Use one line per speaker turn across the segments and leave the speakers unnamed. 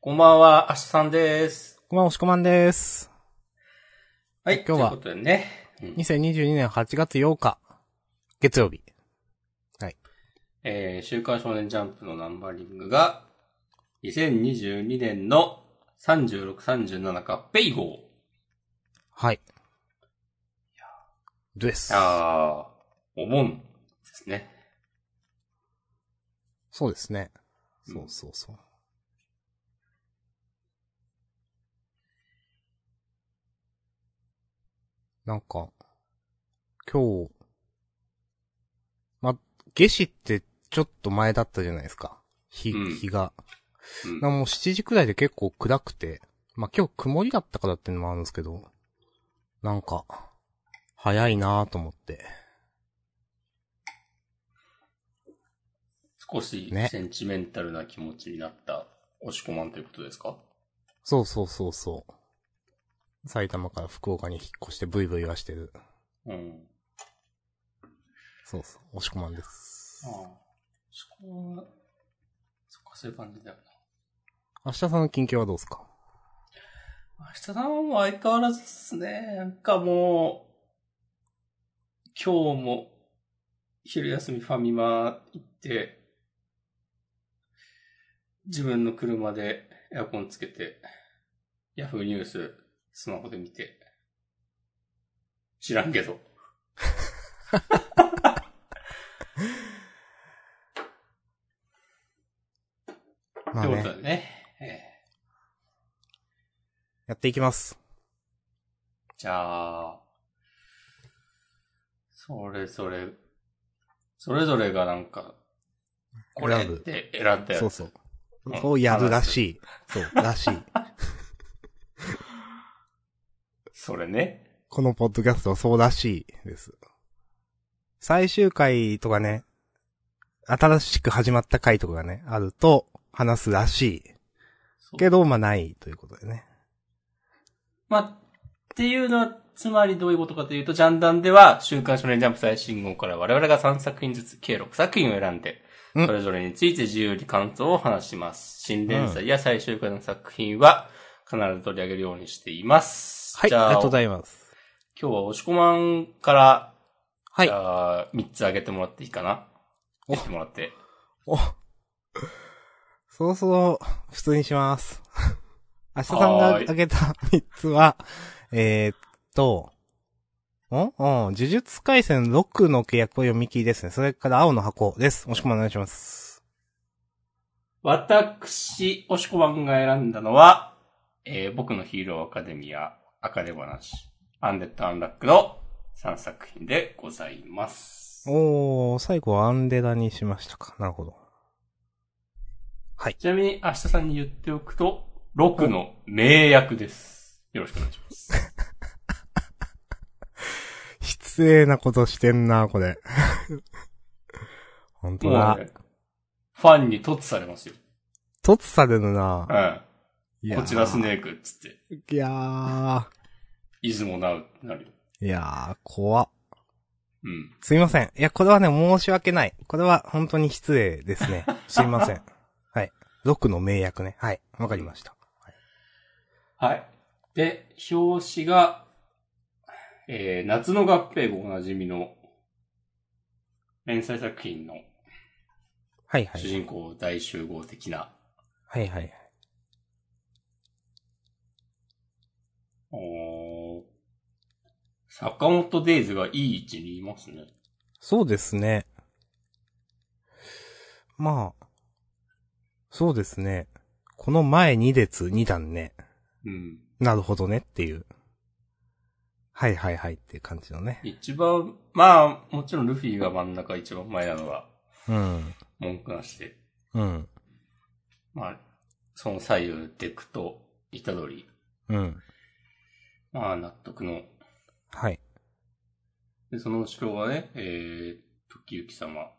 こんばんは、アシさんです。
こんばんは、押しこまんです。
はい、
今日は
ということでね。うん
2022年8月8日、月曜日。
えー、週刊少年ジャンプのナンバリングが、2022年の36、37か、ペイゴ
はい。です
ー。。あー、お盆ですね。
そうですね。
うん
そうそうそう。なんか、今日、ま、夏至ってちょっと前だったじゃないですか。日、
うん
日が。
うん
な。もう7時くらいで結構暗くて、まあ、今日曇りだったからっていうのもあるんですけど、なんか、早いなぁと思って。
少し
ね
センチメンタルな気持ちになった、押し込まんということですか
そうそうそうそう。埼玉から福岡に引っ越してブイブイはしてる。
うん。
そうそう、押し込まんです
あ。あ。そこは、そっか、そういう感じだよな。
明日さんの近況はどうですか
明日さんはもう相変わらずっすね。なんかもう、今日も、昼休みファミマ行って、自分の車でエアコンつけて、ヤフーニュース、スマホで見て、知らんけど。
まあ
ってこ
ね
と、でね。ええ
やっていきます。
じゃあ、それぞれ、それぞれがなんか、これっ
選ぶ
て選んだやつ。
そうそう
うん。
そうやるらしい。そう、らしい。
それね。
このポッドキャストはそうらしいです。最終回とかね、新しく始まった回とかがね、あると話すらし
そ
いうけど、まあないということでね。
まあ、っていうのは、つまりどういうことかというと、ジャンダンでは、週刊少年ジャンプ最新号から我々が3作品ずつ、計6作品を選んで、
うん
それぞれについて自由に感想を話します。新連載や最終回の作品は、必ず取り上げるようにしています。
はい、
じ
あ
ゃ
り
あ、
がとうご
今
ざいます。
日は押し込まんから、
はい
じ。ゃあ、3つあげてもらっていいかな。言ってもらって。
お、そろそろ普通にします。明日さんが
はーい
挙げた 3つは、えー、っと、んうん、呪術回戦6の契約を読み切りですね。それから青の箱です。もしくもお願いします。
私、押し込まんが選んだのは、えー僕のヒーローアカデミア、アカデ話、アンデッド・アンラックの3作品でございます。
おー、最後はアンデラにしましたか。なるほど。はい。
ちなみに、明日さんに言っておくと、6の名役です。よろしくお願いします。
失礼なことしてんな、これ。 本当
も
だ
う、。ね、ファンに突されますよ。
突されるな
う。ん。
いやー
こちらスネークっつって、
いやー。
出雲ナウってなるよ。
いやー、怖っ
うん。
すいません。いや、これはね、申し訳ない。これは本当に失礼で すね。すいません。はい。6の名役ね。はい。わかりました。
はい。で、表紙が、えー、夏の合併後おなじみの、連載作品の
はいは
主
い。
人公大集合的な、
はいはい。
おー坂本デイズがいい位置にいますね。
そうですね。まあ、そうですね。この前2列2段ね。
うん。
なるほどねっていう。はいはいはいっていう感じのね。
一番、まあ、もちろんルフィが真ん中一番前なのは
うん。
文句なしで、
うん。
まあ、その左右、デクと、イタドリ、
うん。
まあ、納得の。
はい。
で、その後ろがね、えー、時行様、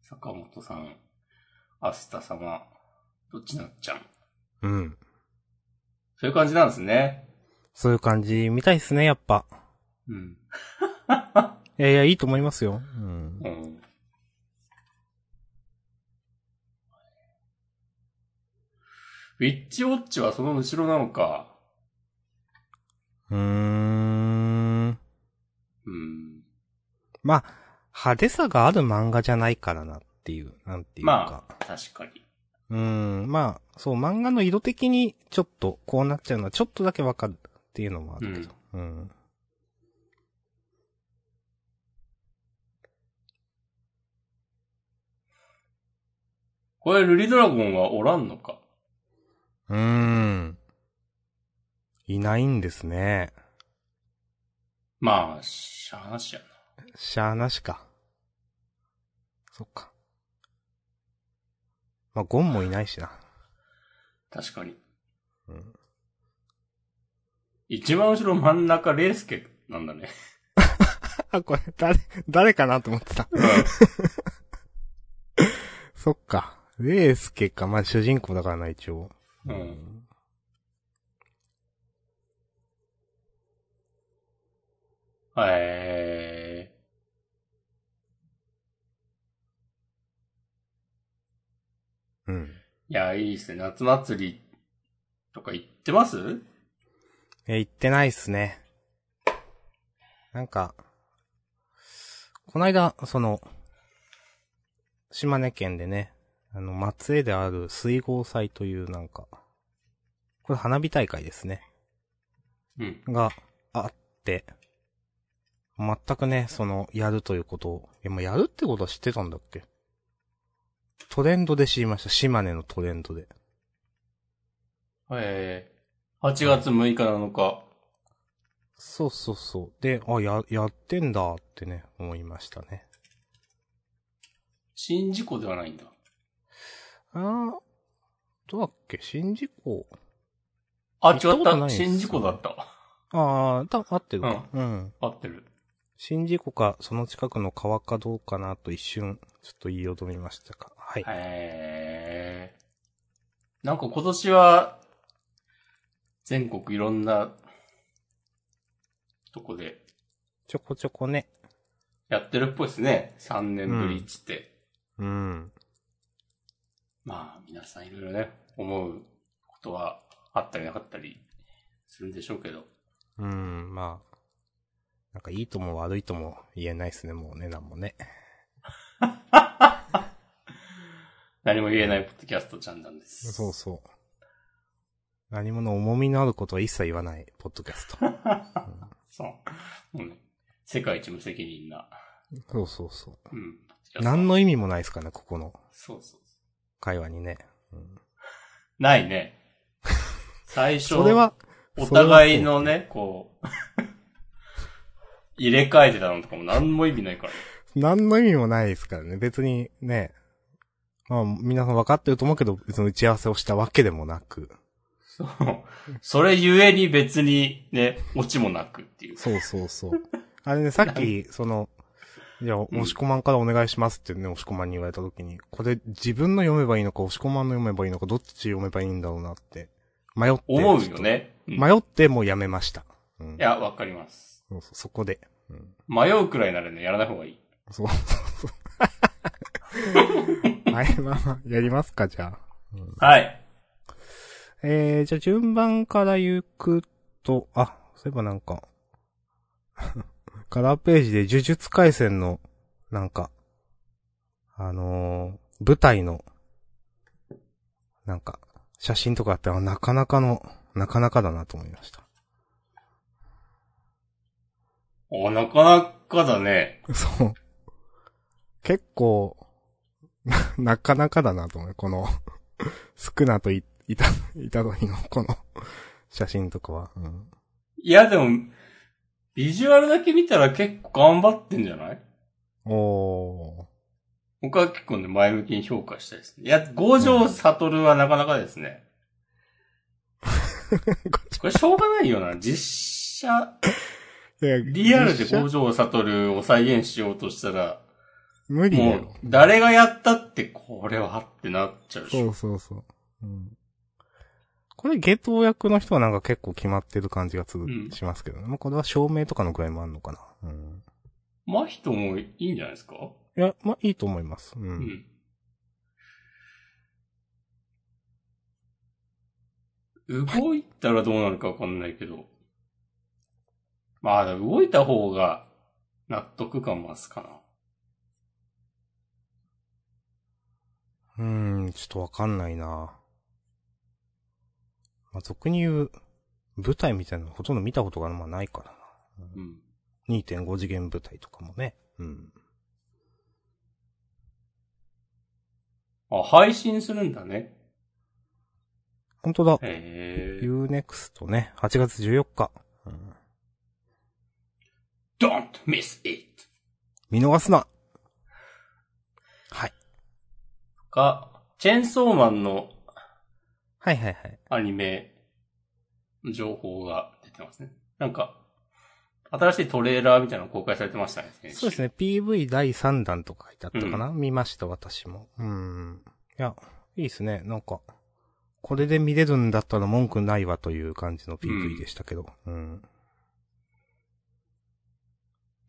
坂本さん、アスタ様、どっちなっちゃん。
うん。
そういう感じなんですね。
そういう感じみたいですね、やっぱ。
うん。
いやいや、いいと思いますよ。うん
う。ん。えウィッチウォッチはその後ろなのか。
うーん。
うん。
まあ、派手さがある漫画じゃないからなっていう、なんていうか。
まあ、確かに。
うーん、まあ、そう、漫画の色的にちょっとこうなっちゃうのはちょっとだけわかるっていうのもあるけど。うん。
これ、ルリドラゴンはおらんのか。
うーん。いないんですね。
まあ、しゃーなしやな。
しゃーなしか。そっか。まあ、ゴンもいないしな。
確かに。
うん。
一番後ろ真ん中、レイスケなんだね。
あ、 これ、誰、誰かなと思ってた。そっか。レースケか。まあ、主人公だからな、一応。
うんえー。
うん。
いや、いいですね。夏祭りとか行ってます
え、行ってないっすね。なんか、こないだ、その、島根県でね、あの、松江である水郷祭というなんか、これ花火大会ですね。
うん。
があって、全くね、その、やるということを、いや、もうやるってことは知ってたんだっけトレンドで知りました。島根のトレンドで。
えー。8月6日7日。
そうそうそう。で、あ、や、やってんだってね、思いましたね。
新事故ではないんだ。
あーどうだっけ新事故。
あ、
行った
違
こ
っ
とない
た。
っすね
新事故だった。
ああ、た、合ってるか。うん。
合ってる。
新事故か、その近くの川かどうかなと一瞬、ちょっと言いよどみましたか。はい。
へー。なんか今年は、全国いろんな、とこで
ちょこちょこね。
やってるっぽいですね。3年ぶりっつって。
うん。
まあ、皆さんいろいろね、思うことはあったりなかったりするんでしょうけど。
うん、まあ。なんかいいとも悪いとも言えないですね、もうね、なんもね。
何も言えないポッドキャストちゃんなんです。
そうそう。何もの重みのあることは一切言わない、ポッドキャスト。
そう。もうね、世界一無責任な。
そうそうそ
うん。
う。何の意味もないですからね、ここの
そうそうそ
会話にね。うん、
う。ない ね。最初、
それは、
お互いのね、こう、 入れ替えてたのとかも何も意味ないから。
何の意味もないですからね。別にね、まあ皆さん分かってると思うけど、別に打ち合わせをしたわけでもなく。
そう。 それゆえに別にね、オチもなくっていう。
そうそうそう。あれね、さっき、その、じゃあ、
ん
押し込まんからお願いしますってね、押し込まんに言われた時に、これ自分の読めばいいのか、押し込まんの読めばいいのか、どっち読めばいいんだろうなって、迷って。
思う
ちょ
よ
っと
ね。うん
迷ってもうやめました。うん
い。や、わかります。
そうそうそこで。うん。
迷うくらいならね、やらない方がいい。
そう そうそう。はい、まあまあ、やりますか、じゃあ。
はい。
えー、じゃあ順番から行くと、あ、そういえばなんか、 カラーページで呪術回戦の、なんか、あのー舞台の、なんか、写真とかあって、あなかなかの、なかなかだなと思いました。
お、なかなかだね。
そう。結構、 な、なかなかだなと思う。この、 少なとい、いた、いたのにの、この、写真とかは。うん
いや、でも、ビジュアルだけ見たら結構頑張ってんじゃない
おー。
僕は結構ね、前向きに評価したいですね。いや、五条悟はなかなかですね。これしょうがないよな。実写、
いや
リアルで
実写
五条悟を再現しようとしたら、
無理だ
もう
よ。、
誰がやったって、これはってなっちゃう
そ
し。
うそうそう。うん、これ、下等役の人はなんか結構決まってる感じがする、
うん
しますけどね。まあ、これは照明とかの具合もあるのかな。うん。
真人もいいんじゃないですか
いや、まあ、いいと思います。うん。
うん。動いたらどうなるかわかんないけど。まあ、動いた方が納得感増すかな。
うーん、ちょっとわかんないなまあ、俗に言う、舞台みたいなのほとんど見たことがまあないから
うん。
な。2.5次元舞台とかもね。うん。
あ、配信するんだね。
本当だ。
へえ。
UNEXT ね、8月14日。うん、
Don't miss it!
見逃すなはい。
とか、チェーンソーマンの
はいはいはい。
アニメの情報が出てますね。なんか、新しいトレーラーみたいなの公開されてましたね。先週
そうですね。PV 第3弾とか書いてあったかな、見ました、私も。うん。いや、いいですね。なんか、これで見れるんだったら文句ないわという感じの PV でしたけど。うん。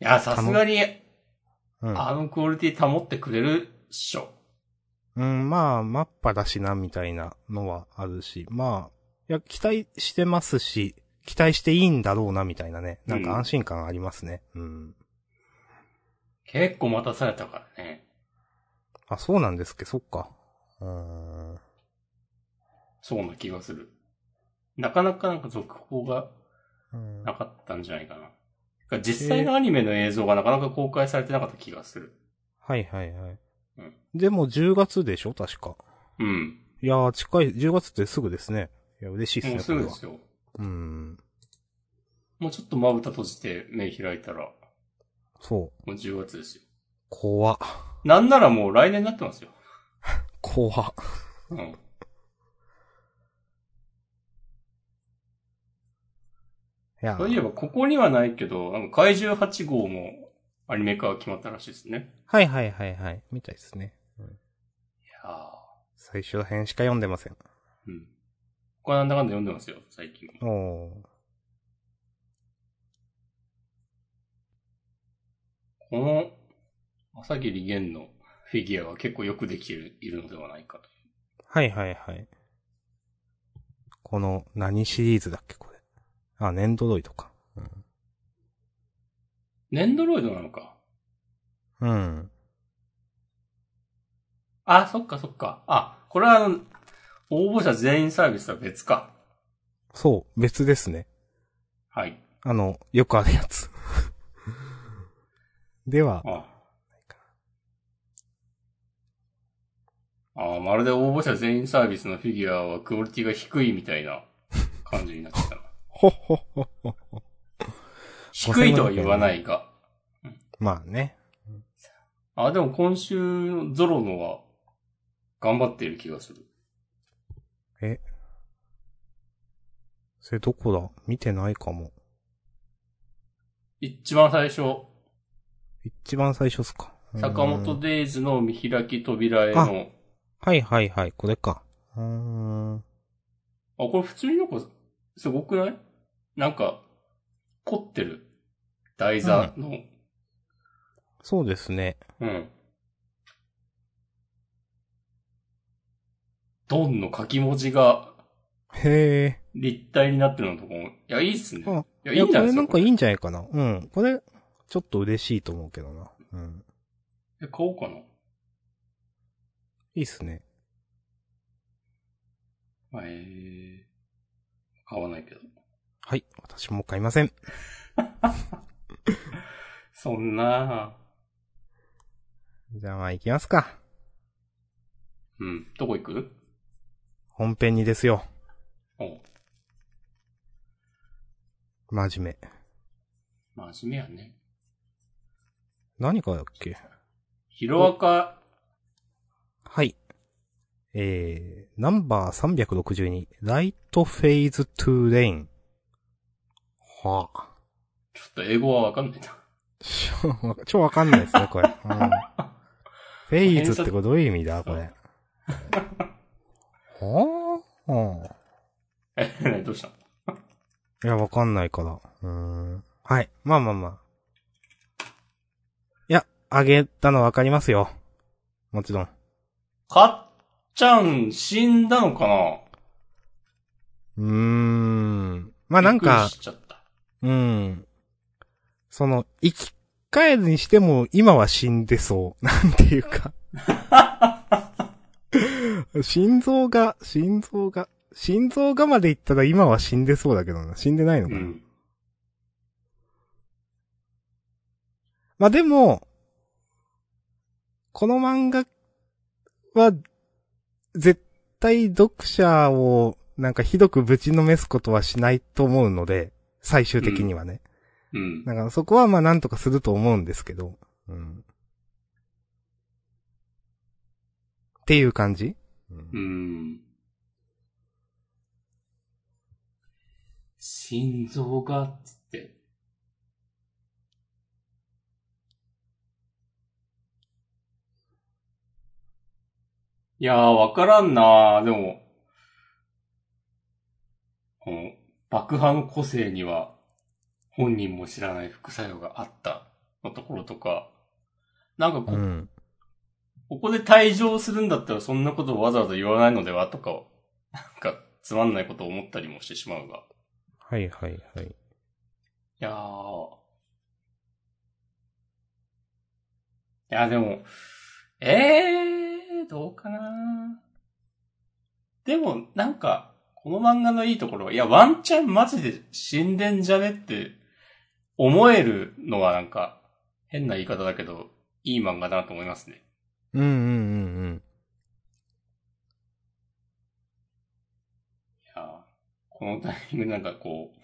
いや、さすがに、
うん。
あのクオリティ保ってくれるっしょ。
うん、まあ、マッパだしな、みたいなのはあるし、まあ、いや、期待してますし、期待していいんだろうな、みたいなね。なんか安心感ありますね。うん。
結構待たされたからね。
あ、そうなんですけど、そっか。うーん。
そうな気がする。なかなかなんか続報が
うん
なかったんじゃないかな。てか実際のアニメの映像がなかなか公開されてなかった気がする。
はいはいはい。
うん
でも10月でしょ確か。
うん。
いやー、近い、10月ってすぐですね。いや、嬉しいです
もうすぐ
ね、これ
で
は
すよ。
うん。
もうちょっとまぶた閉じて目開いたら、
そう。
もう10月ですよ。
怖。
なんならもう来年になってますよ。
怖。
うん。
いやー、
そういえば、ここにはないけど、なんか怪獣8号もアニメ化が決まったらしいですね。
はいはいはいはい。みたいですね。
いや
最初ら辺しか読んでません。
ーうん。これなんだかんだ読んでますよ、最近。
おー。
この、朝霧玄のフィギュアは結構よくできてるいるのではないかと。
はいはいはい。この、何シリーズだっけ、これ。あ、ネンドロイドか。
ネンドロイドなのか。
うん。
あ、そっかそっか。あ、これはあの、応募者全員サービスとは別か。
そう、別ですね。
はい。
あの、よくあるやつ。 では、
あああ、まるで応募者全員サービスのフィギュアはクオリティが低いみたいな感じになってたな。
ほっほっほっほ。
低いとは言わないが。
まあね。
あ、でも今週のゾロのは頑張っている気がする。
それどこだ見てないかも。
一番最初、
一番最初っすか。うーん
坂本デイズの見開き扉への、あ
あ、はいはいはい、これか。うーん。
これ普通になんかすごくないなんか、凝ってる。台座の、
そうですね。
うん。ドンの書き文字が
へ
立体になってるのとかも、いや、いいっすね。
え。あ、
いや、いいんじゃないで
これ
す
な
か。
んかいいんじゃないかな。うん。これ、ちょっと嬉しいと思うけどな。うん。
え、買おうかな。
いいっすね。
まあえー、買わないけど。
はい。私も買いません。
そんな
じゃあまあ行きますか。
うん。どこ行く
本編にですよ。
お
真面目。
真面目やね。
何かだっけ
ヒロアカ、
はい。えー、ナンバー362、ライトフェイズ2レイン。はあ。
ちょっと英語はわかんないな。
超、 超わかんないですね、これ。うん、フェイズってこれどういう意味だこれ。はあ、 はあ、
え、 どうしたの
いや、わかんないから。うーん。はい。まあまあまあ。いや、あげたのわかりますよ。もちろん。
かっちゃん、死んだのかな
うーん。まあなん
びっ
か
くり、しちゃった。
うん。その、生き返るにしても、今は死んでそう。 なんていうか。心臓が、心臓が、心臓がまで行ったら今は死んでそうだけどな。死んでないの
う
かな。
ん。
まあでも、この漫画は、絶対読者をなんかひどくぶちのめすことはしないと思うので、最終的にはね。
うん。
だからそこはまあなんとかすると思うんですけど。うん。っていう感じ
うん。心臓が、つって。いやー、わからんなーでも、この、爆破の個性には、本人も知らない副作用があった、のところとか、なんかこう、
うん。
ここで退場するんだったらそんなことをわざわざ言わないのではとか、なんかつまんないことを思ったりもしてしまうが。い
はいはいはい。
やー。いや、でも、えー、どうかなでも、なんか、この漫画のいいところは、いや、ワンチャンマジで死んでんじゃねって思えるのはなんか、変な言い方だけど、いい漫画だなと思いますね。
うんうんうんうん。
いやーこのタイミングなんかこう、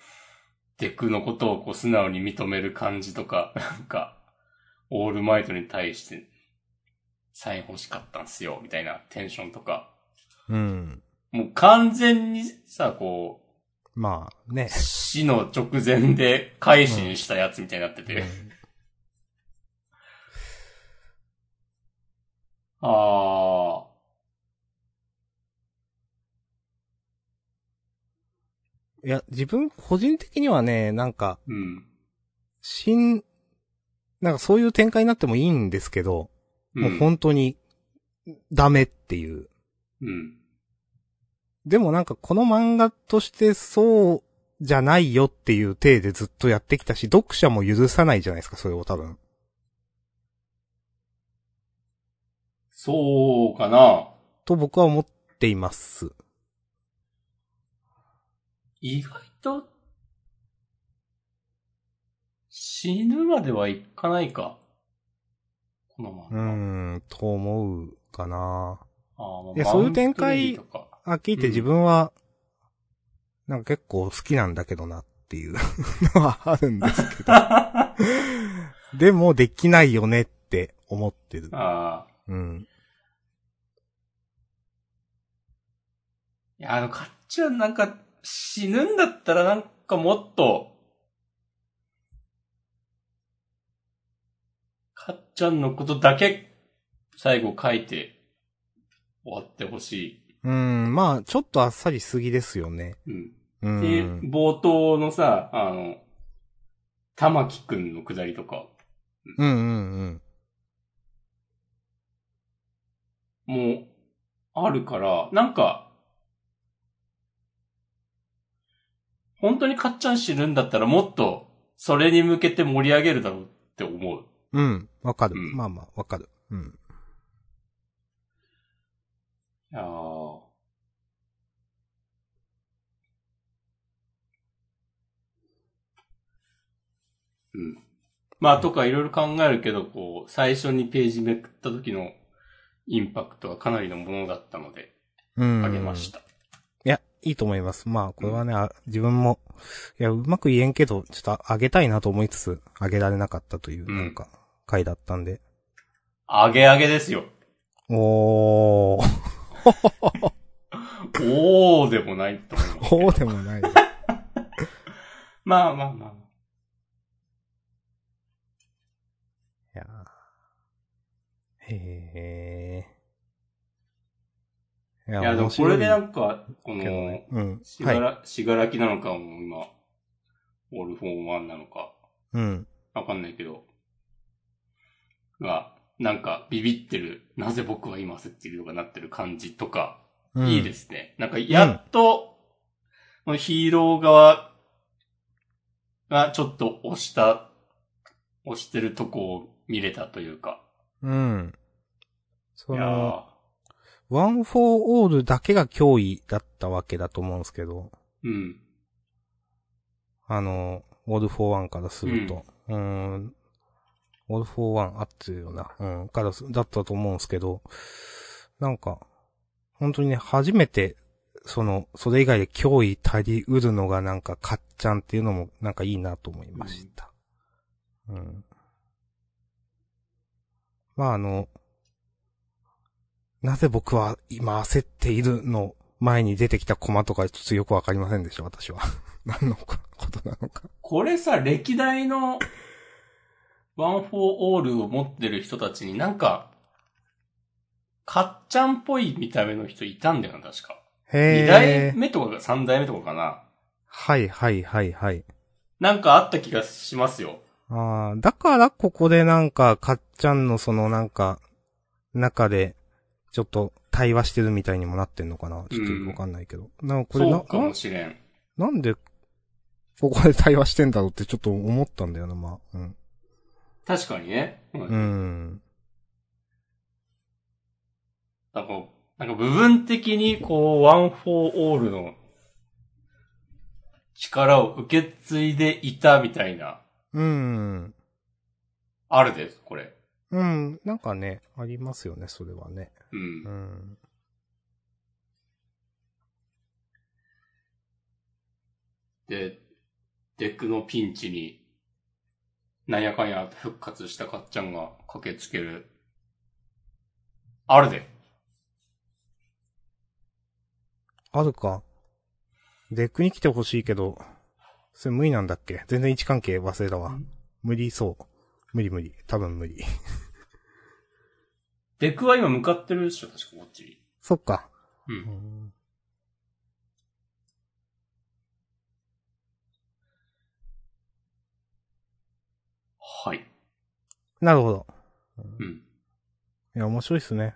デクのことをこう素直に認める感じとか、 なんか、オールマイトに対して、サイン欲しかったんすよ、みたいなテンションとか。
うん。
もう完全にさ、こう、
まあ ね。
死の直前で返しにしたやつみたいになってて。ああ、
いや、自分個人的にはね、なんか、
うん。
死ん、なんかそういう展開になってもいいんですけど、もう
うん、
本当に、ダメっていう。
うん。
でもなんかこの漫画としてそうじゃないよっていう体でずっとやってきたし、読者も許さないじゃないですか、それを多分。
そうかな。
と僕は思っています。
意外と、死ぬまではいかないか。この漫画。
うーん、と思うかな
ああまあ
いやそういう展開
マウントレイとか
あ、聞いて自分は、なんか結構好きなんだけどなっていう のはあるんですけど。でもできないよねって思ってる。
ああ。
うん。
いや、あの、かっちゃんなんか、死ぬんだったらなんかもっと、かっちゃんのことだけ、最後書いて、終わってほし
うん、まあ、ちょっとあっさりしすぎですよね。
い。うん。
う
で、
ん。
冒頭のさ、あの、玉木くんのくだりとか、
うんうんうん。
もう、あるから、なんか、本当にかっちゃん知るんだったらもっと、それに向けて盛り上げるだろうって思う。
うん、わかる。
うん
まあまあ、わかる。うん。
いやーうん。まあ、とかいろいろ考えるけど、こう、最初にページめくった時のインパクトはかなりのものだったので、
うん。。
あげましたた。
いや、いいと思います。まあ、これはね、あ自分も、いや、うまく言えんけど、ちょっとあげたいなと思いつつ、あげられなかったという、
うん
なんか、回だったんで。
あげあげですよ。
おー、
おーでもないと思います。
おーでもない。
まあまあまあ。
いやーへー。い
いや、でもこれでなんか、こ
面白いけど
の
ね、うん。
し
は
が
い。
ら、しがらきなのかも今、オールフォーワンなのか、
うん。。
わかんないけど、が、なんか、ビビってる、なぜ僕は今焦っているのかなってる感じとか、いいですすね。なんか、やっと、このヒーロー側がちょっと押した、押してるとこを見れたというか。
うん。
い
そ
や
の、
ー
ワン・フォー・オールだけが脅威だったわけだと思うんですけど、
うん。
あの、オール・フォー・ワンからすると。うーん。オール・フォー・ワンあってるよな。うん。からす、だったと思うんですけど、なんか、本当にね、初めて、その、それ以外で脅威足りうるのがなんか、かっちゃんっていうのも、なんかいいなと思いました。うん。まあ、あの、なぜ僕は今焦っているの前に出てきたコマとかちょっとよくわかりませんでした、私は。 何のことなのか。
これさ、歴代のワン・フォー・オールを持ってる人たちになんか、かっちゃんっぽい見た目の人いたんだよな、確か。二
へ
代
え。
目とかが三代目とかかな。
はいはいはいはい。
なんかあった気がしますよ。
ああ、だからここでなんか、かっちゃんのそのなんか、中で、ちょっと対話してるみたいにもなってんのかなちょっとよくわかんないけど。なんかこれ
そ
な
うかもしれん。
な、なんで、ここで対話してんだろうってちょっと思ったんだよな、まあ。うん。
確かにね。うん
うん。
なんか、なんか部分的にこう、ワン・フォー・オールの力を受け継いでいたみたいな、
うん。
あるです、これ。
うん。なんかね、ありますよね、それはね。
う。
うんん。
で、デックのピンチに、なんやかんや復活したかっちゃんが駆けつける。あるで。
あるか。デックに来てほしいけど、それ無理なんだっけ全然位置関係忘れたわ
ん。
無理そう。無理無理。多分無理。
デックは今向かってるでしょ、確かこっちに。
そっか。
う。
うんん
はい。
なるほど。
うん。
いや、面白いっすね。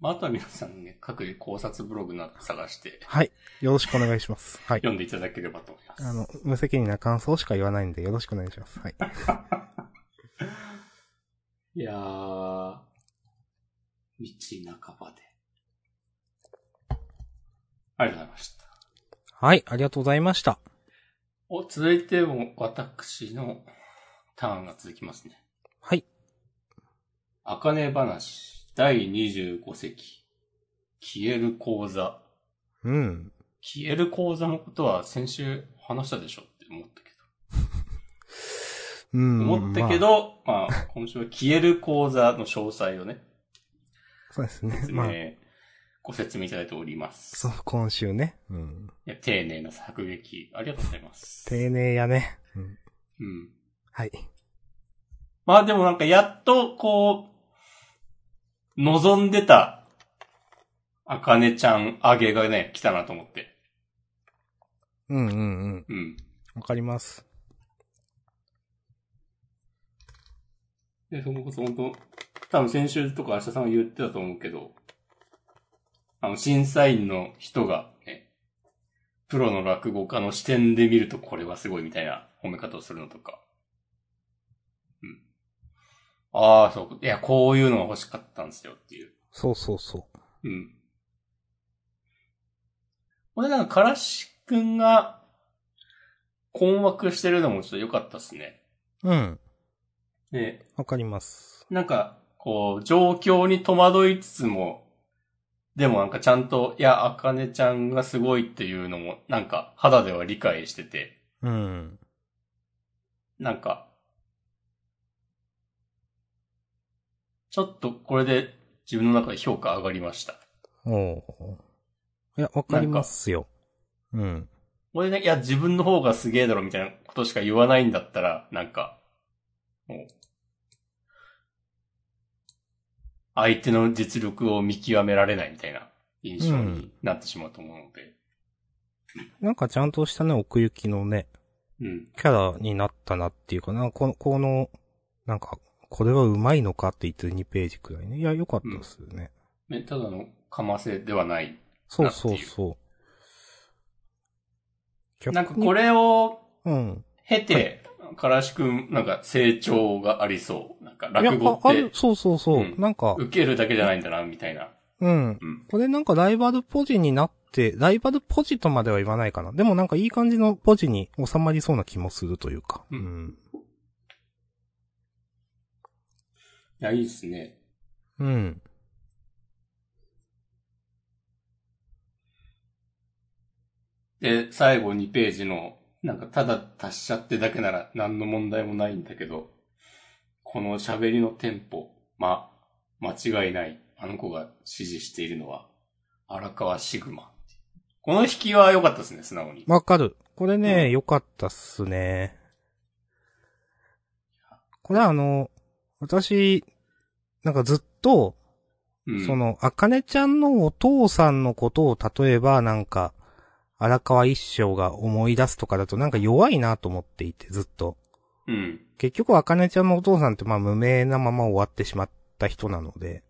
まあ、あとは皆さんね、各自考察ブログなど探して
はい。よろしくお願いします。はい。
読んでいただければと思います。
あの、無責任な感想しか言わないんで、よろしくお願いします。はい。
いやー、道半ばで。ありがとうございました。
はい、ありがとうございました。
お、続いても私のターンが続きますね。
はい。
あかね話、第25席。消える講座。
うん。
消える講座のことは先週話したでしょって思ったけ
うん。
ど。思ったけ
まあ
ど、まあ、今週は消える講座の詳細をね、
そうですね。
説明
まあ、
ご説明いただいております。
そう、今週ね。うん。
いや、丁寧な作劇、ありがとうございます。
丁寧やね。うん。
うん。
はい。
まあでもなんかやっと、こう、望んでた、あかねちゃんあげがね、来たなと思って。
うんうんうん。
うん。
わかります。
で、それこそ本当多分先週とか明日さんは言ってたと思うけど、あの、審査員の人がね、プロの落語家の視点で見るとこれはすごいみたいな褒め方をするのとか。うん。ああ、そう。いや、こういうのが欲しかったんですよっていう。
そうそうそう。
うん。俺なんか、からしくんが、困惑してるのもちょっと良かったっすね。
うん。
で、
わかります。
なんか、こう、状況に戸惑いつつも、でもなんかちゃんと、いや、あかねちゃんがすごいっていうのも、なんか、肌では理解してて、
うん。
なんか、ちょっとこれで自分の中で評価上がりました。
おお。いや、わかりますよ。うん。
俺ね、いや、自分の方がすげえだろみたいなことしか言わないんだったら、なんか、もう、相手の実力を見極められないみたいな印象になってしまうと思うので。
なんかちゃんとしたね、奥行きのね、
うん。
キャラになったなっていうかな、この、この、なんか、これはうまいのかって言ってる2ページくらいね。いや、よかったですよね。
ねただのかませではない。
そうそうそう。逆に
なんかこれを
うん。
経て、からしくん、なんか成長がありそう。なんか
いや
落語っ
あある
て、
そうそうそう。
うん
なんか、
受けるだけじゃないんだな、みたいな。
うん。
うん。
これなんかライバルポジになって、ライバルポジとまでは言わないかな。でもなんかいい感じのポジに収まりそうな気もするというか。
うん
ん。
いや、いいですね。
うん。
で、最後2ページの、なんかただ達者ってだけなら何の問題もないんだけど、この喋りのテンポ、ま、間違いない。あの子が指示しているのは、荒川シグマ。この引きは良かったですね、素直に。
わかる。これ
う
ね、良、かったっすね。これはあの、私、なんかずっと、
うん、
その、あかねちゃんのお父さんのことを例えばなんか、荒川一生が思い出すとかだとなんか弱いなと思っていて、ずっと。
うん。
結局、あかねちゃんのお父さんってまあ無名なまま終わってしまった人なので、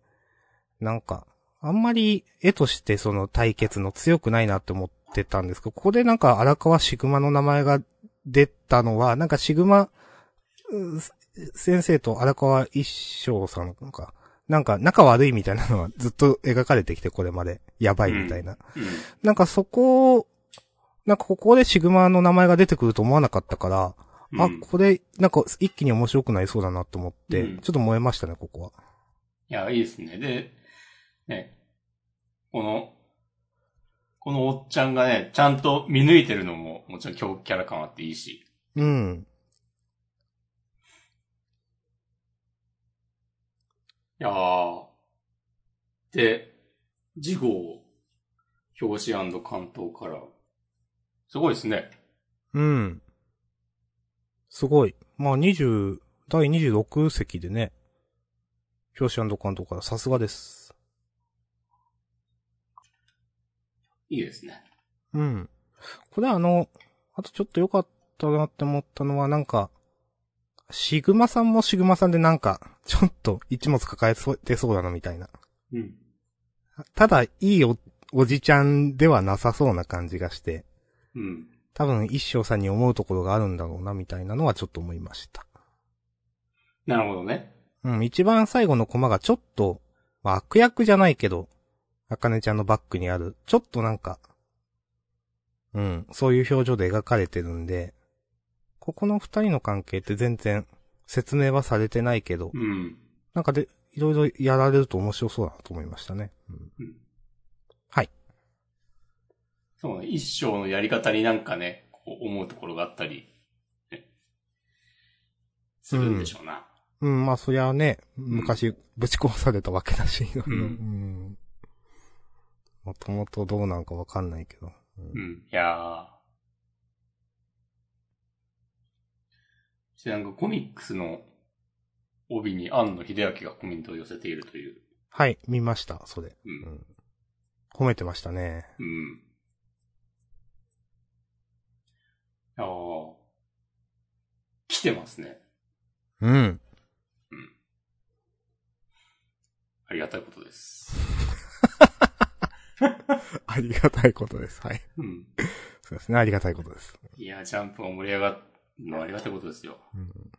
なんか、あんまり絵としてその対決の強くないなって思ってたんですけど、ここでなんか荒川シグマの名前が出たのは、なんかシグマ、うん先生と荒川一生さんのか、なんか仲悪いみたいなのはずっと描かれてきてこれまで、やばいみたいな。
うん。
なんかそこを、なんかここでシグマの名前が出てくると思わなかったから、
う
あ
ん、
これ、なんか一気に面白くなりそうだなと思って、
うん
ちょっと燃えましたね、ここは。
いや、いいですね。で、ね、この、このおっちゃんがね、ちゃんと見抜いてるのも、もちろん強キャラ感あっていいし。
うん。
いやー。で、次号、表紙関東から。すごいですね。
うん。すごい。まあ、20、第26席でね、表紙関東からさすがです。
いいですね。
うん。これあの、あとちょっと良かったなって思ったのは、なんか、シグマさんもシグマさんでなんか、ちょっと一物抱えてそうだなみたいな。
うん。
ただ、いいお、おじちゃんではなさそうな感じがして。
うん。
多分一生さんに思うところがあるんだろうな、みたいなのはちょっと思いました。
なるほどね。
うん、一番最後のコマがちょっと、まあ、悪役じゃないけど、あかねちゃんのバッグにある、ちょっとなんか、うん、そういう表情で描かれてるんで、ここの二人の関係って全然説明はされてないけど、
うん。
なんかで、いろいろやられると面白そうだなと思いましたね。うん
そうね。一生のやり方になんかね、こう思うところがあったり、ねするんでしょうな。
うん、まあそりゃね、昔ぶち壊されたわけだし、
うん
うんもともとどうなんかわかんないけど。
うん。いやー。そしてなんかコミックスの帯に庵野秀明がコメントを寄せているという。
はい、見ました、それ。
う。
うんん褒めてましたね。
うん。いやー。来てますね。
うん。
ありがたいことです。
ありがたいことです。はい。
うん。
そうですね、ありがたいことです。
いやー、ジャンプが盛り上がるのはありがたいことですよ。
うん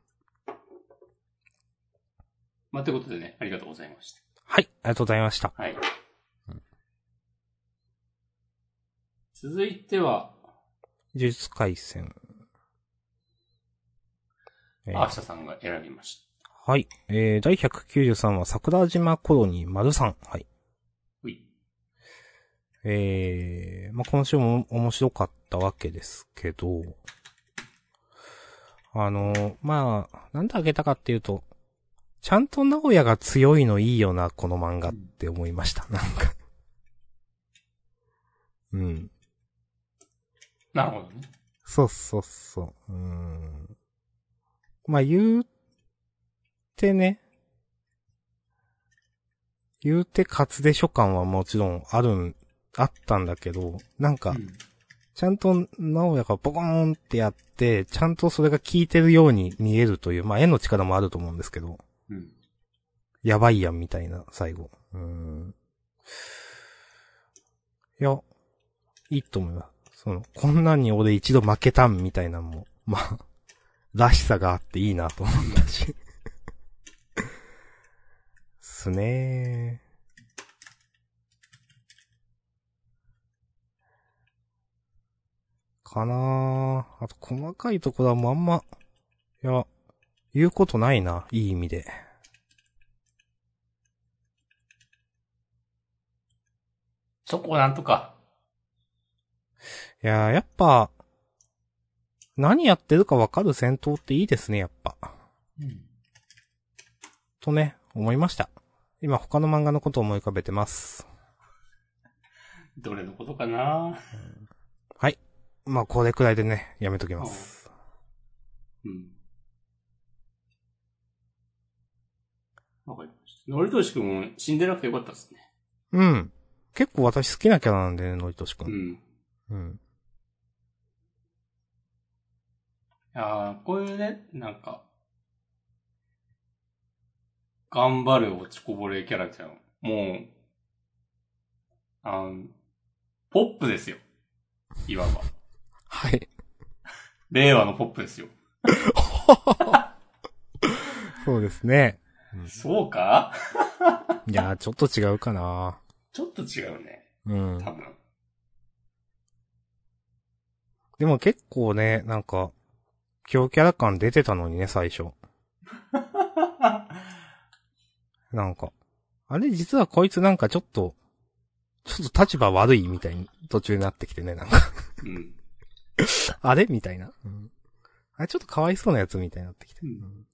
まあ、ということでね、ありがとうございました。
はい、ありがとうございました。
はい
うん。
続いては、
呪術回戦。えー
アーシャさんが選びまし
はい。えー、第193話、桜島コロニー丸さん。はい。
た。うい。
えー、まあ、今週も面白かったわけですけど、あの、まあ、なんであげたかっていうと、ちゃんと名古屋が強いのいいよな、この漫画って思いました、なんか。うん。
なるほどね。
そうそうそう。うーん。まあ、言うてね。言うて、かつで書感はもちろんあるん、あったんだけど、なんか、
うん
ちゃんと、直哉がボコーンってやって、ちゃんとそれが効いてるように見えるという、まあ、絵の力もあると思うんですけど、
うん。
やばいやん、みたいな、最後。うーん。いや、いいと思います。その、こんなんに俺一度負けたんみたいなんも、 まあ、らしさがあっていいなと思ったし。すねー。かなー。あと細かいところはもうあんま、いや、言うことないな。いい意味で。
そこなんとか。
いやー、やっぱ、何やってるかわかる戦闘っていいですね、やっぱ。
うん。
とね、思いました。今他の漫画のことを思い浮かべてます。
どれのことかな
まあ、これくらいでね、やめときます。
うん。わかりました。のりとしくんも死んでなくてよかったですね。
うん。結構私好きなキャラなんでね、のりとしく。
うんん。
うん。
ああ、こういうね、なんか、頑張る落ちこぼれキャラちゃん。もう、あの、ポップですよ。いわば。
はい。
令和のポップですよ。
そうですね。
そうか
いやー、ちょっと違うかな
ちょっと違うね。
うん。
多分。
でも結構ね、なんか、強キャラ感出てたのにね、最初。なんか。あれ、実はこいつなんかちょっと、ちょっと立場悪いみたいに途中になってきてね、なんか。
うん。
あれみたいな。うんあれ、ちょっとかわいそうなやつみたいになってきて。
うん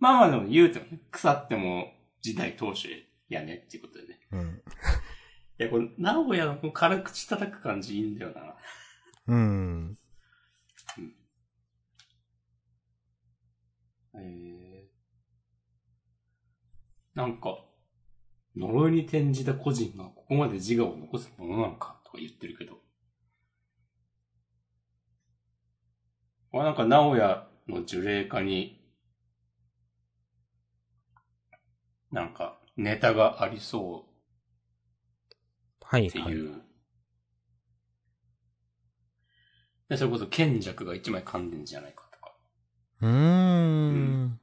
まあまあでも言うてもね、腐っても時代当主やねっていうことでね。
うん。
いや、これ、名古屋のこの辛口叩く感じいいんだよな。
うん。
えー、なんか、呪いに転じた個人がここまで自我を残すものなのかとか言ってるけど。これなんか名古屋の呪霊化に、なんかネタがありそ
は
う
い、
って
はい
い。う。で、それこそ賢弱が一枚噛んでんじゃないかとか、
うーん。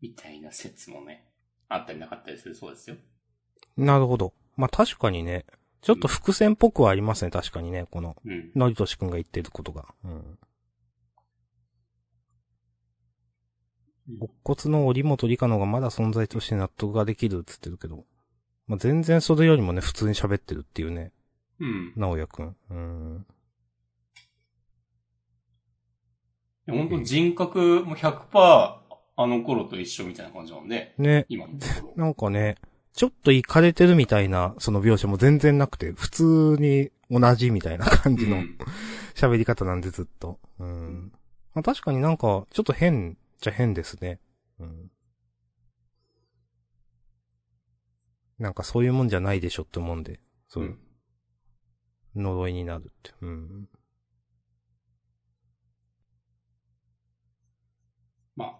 みたいな説もね、あったりなかったりするそうですよ。
なるほど。まあ、確かにね。ちょっと伏線っぽくはありますね、確かにね、この、
うん。
のりとしくんが言ってることが。うん。乙骨の折本理香の方がまだ存在として納得ができるっつってるけど。まあ、全然それよりもね、普通に喋ってるっていうね。
うん。
直也くん。うん。
本当人格も100%あの頃と一緒みたいな感じなんで、
ね。
今のところ。
なんかね、ちょっとイかれてるみたいな、その描写も全然なくて、普通に同じみたいな感じ
う
の
ん
喋り方なんでずっと。うん。まあ、確かになんか、ちょっと変じゃ変ですね。うん。なんかそういうもんじゃないでしょって思うんで、そうういうん呪いになるって。うん。
まあ、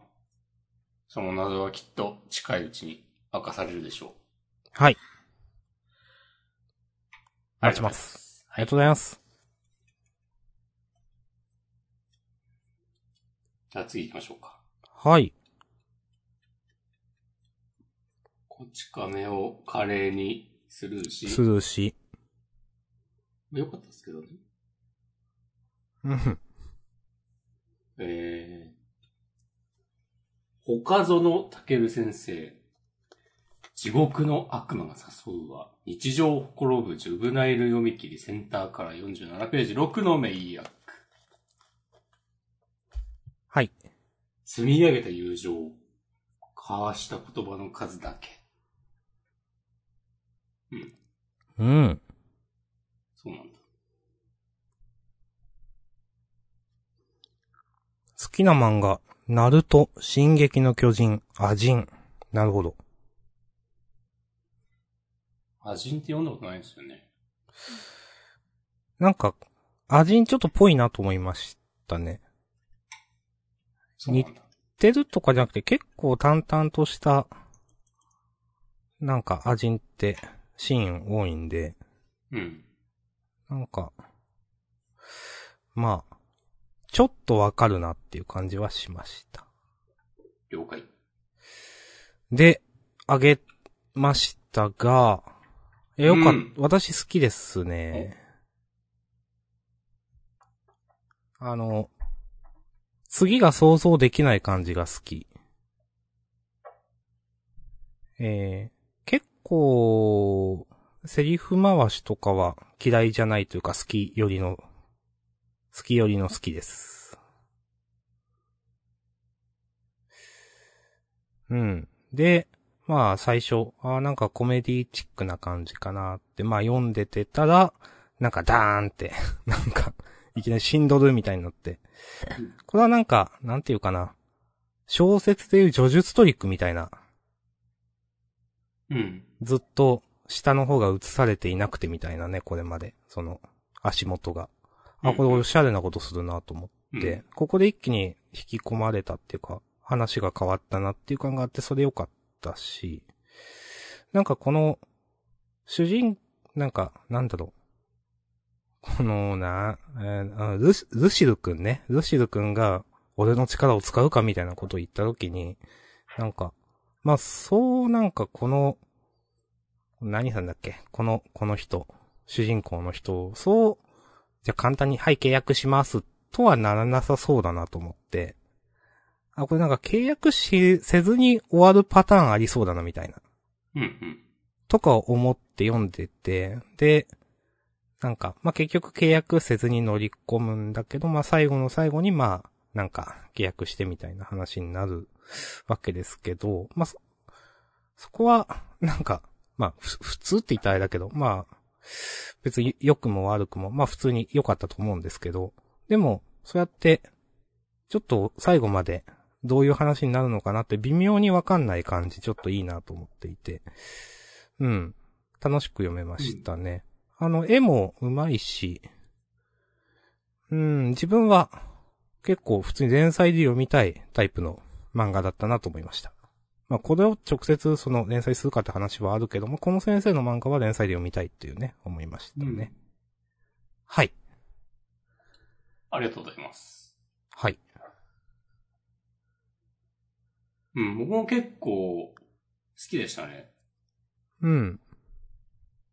その謎はきっと近いうちに明かされるでしょう。
はい。
あ
待
りがとうござい
ちま。
ます
あ
はい
りがとうございます。
じゃあ次行きましょうか。
はい。
こち亀を華麗にスルーし、
するし。
よかったですけどね。
うん。
えー、他ぞのたける先生。地獄の悪魔が誘うは、日常をほころぶジュブナイル読み切りセンターから47ページ6の名役。
はい。
積み上げた友情。交わした言葉の数だけ。
うん。
そうなんだ。
好きな漫画、ナルト、進撃の巨人、アジン。なるほど。
アジンって読んだことないですよね。
なんか、アジンちょっとぽいなと思いましたね。
そうなんだ。
ってるとかじゃなくて結構淡々とした、なんかアジンってシーン多いんで、
うん。
なんか、まあ、ちょっとわかるなっていう感じはしました。
了解。
で、あげましたが、え、よかった、
うん
私好きですね。あの、次が想像できない感じが好き。えー結構、セリフ回しとかは嫌いじゃないというか好きよりの、好きよりの好きです。うん。で、まあ最初、ああなんかコメディチックな感じかなって、まあ読んでてたら、なんかダーンって、 なんか、いきなりシンドルみたいになって
うん。
これはなんか、なんていうかな。小説でいう叙述トリックみたいな。
うん。
ずっと下の方が映されていなくてみたいなね、これまで。その、足元が。あ、これおしゃれなことするなと思って、ここで一気に引き込まれたっていうか、話が変わったなっていう感があって、それ良かったし、なんかこの、主人、なんか、なんだろう。このな、えーあルシルシルくんね。ルシルくんが、俺の力を使うかみたいなことを言ったときに、なんか、まあ、そうなんかこの、何さんだっけこの、この人、主人公の人を、そう、じゃあ簡単に、はい、契約します、とはならなさそうだなと思って、あ、これなんか契約し、せずに終わるパターンありそうだな、みたいな。
うん。うん。
とか思って読んでて、で、なんか、まあ、結局契約せずに乗り込むんだけど、まあ、最後の最後に、まあ、なんか、契約してみたいな話になるわけですけど、まあ、そ、そこは、なんか、まあ、ふ普通って言ったらあれだけど、まあ、別に良くも悪くも、まあ、普通に良かったと思うんですけど、でも、そうやって、ちょっと最後まで、どういう話になるのかなって微妙にわかんない感じ、ちょっといいなと思っていて、うん。楽しく読めましたね。あの、絵も上手いし、うん、自分は結構普通に連載で読みたいタイプの漫画だったなと思いました。まあ、これを直接その連載するかって話はあるけども、この先生の漫画は連載で読みたいっていうね、思いましたね。
うん
はい。
ありがとうございます。
はい。
うん、僕も結構好きでしたね。
うん。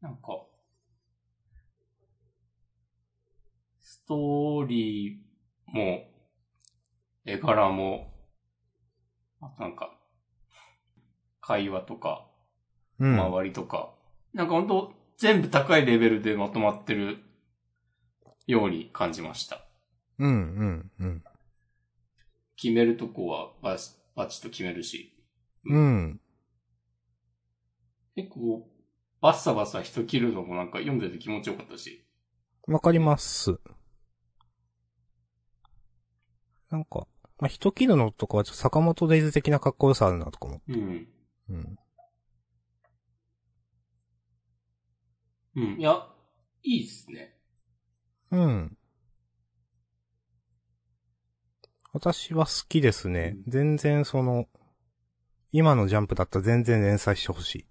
なんか、ストーリーも、絵柄も、あとなんか、会話とか、
うん。
周りとか、なんかほんと全部高いレベルでまとまってるように感じました。
うん、うん、うん。
決めるとこはバチバチと決めるし、
うん。
結構バッサバサ人切るのもなんか読んでて気持ちよかったし、
わかります。なんか、まあ、人切るのとかはちょっと坂本デイズ的なかっこよさあるなとかも。
うん。
うん。
うん。いや、いいっすね。
うん。私は好きですね。
う
全然その、今のジャンプだったら全然連載してほしい。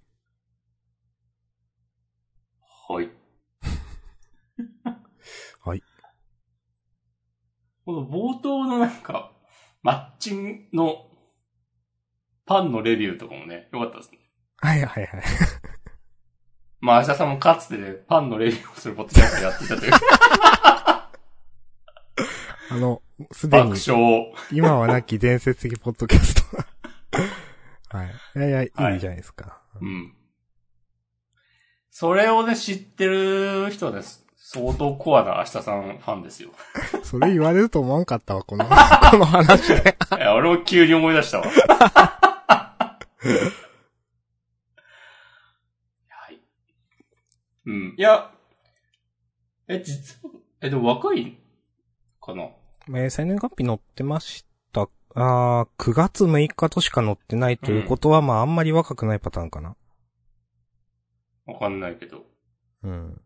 はい。
はい。
この冒頭のなんか、マッチンのパンのレビューとかもね、よかったですね。
はいはいはい。
まあ、明日さんもかつてね、パンのレビューをするポッドキャストやっていたという
あの、すで
爆
に、
笑。
今はなき伝説的ポッドキャスト。 はい。いやいや、いいじゃないですか。
うん。それをね、知ってる人はね、相当コアな明日さんファンですよ。
それ言われると思わんかったわ、 この、この話で。
いや、俺も急に思い出 したわ。はい。うん。いや、え、実は、え、でも若いかな
えー、生年月日載ってました。あー、9月6日としか載ってないということは、まあ、あんまり若くないパターンかな。
わかんないけど。
うん。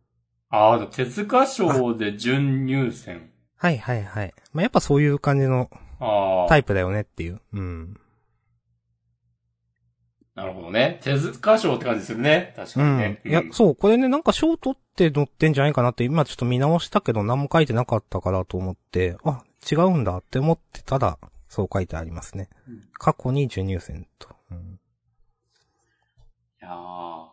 ああ、でも手塚賞で準入選。
はいはいはい。まあ、やっぱそういう感じの
ああ。
タイプだよねっていう。うん。
なるほどね。手塚賞って感じするね。確
う
かに
ん
ね。。
いや、そう、これね、なんか賞取って載ってんじゃないかなって、今ちょっと見直したけど、何も書いてなかったからと思って、あ、違うんだって思ってたら、そう書いてありますね
うん。
過去に受入選と。うん
いやー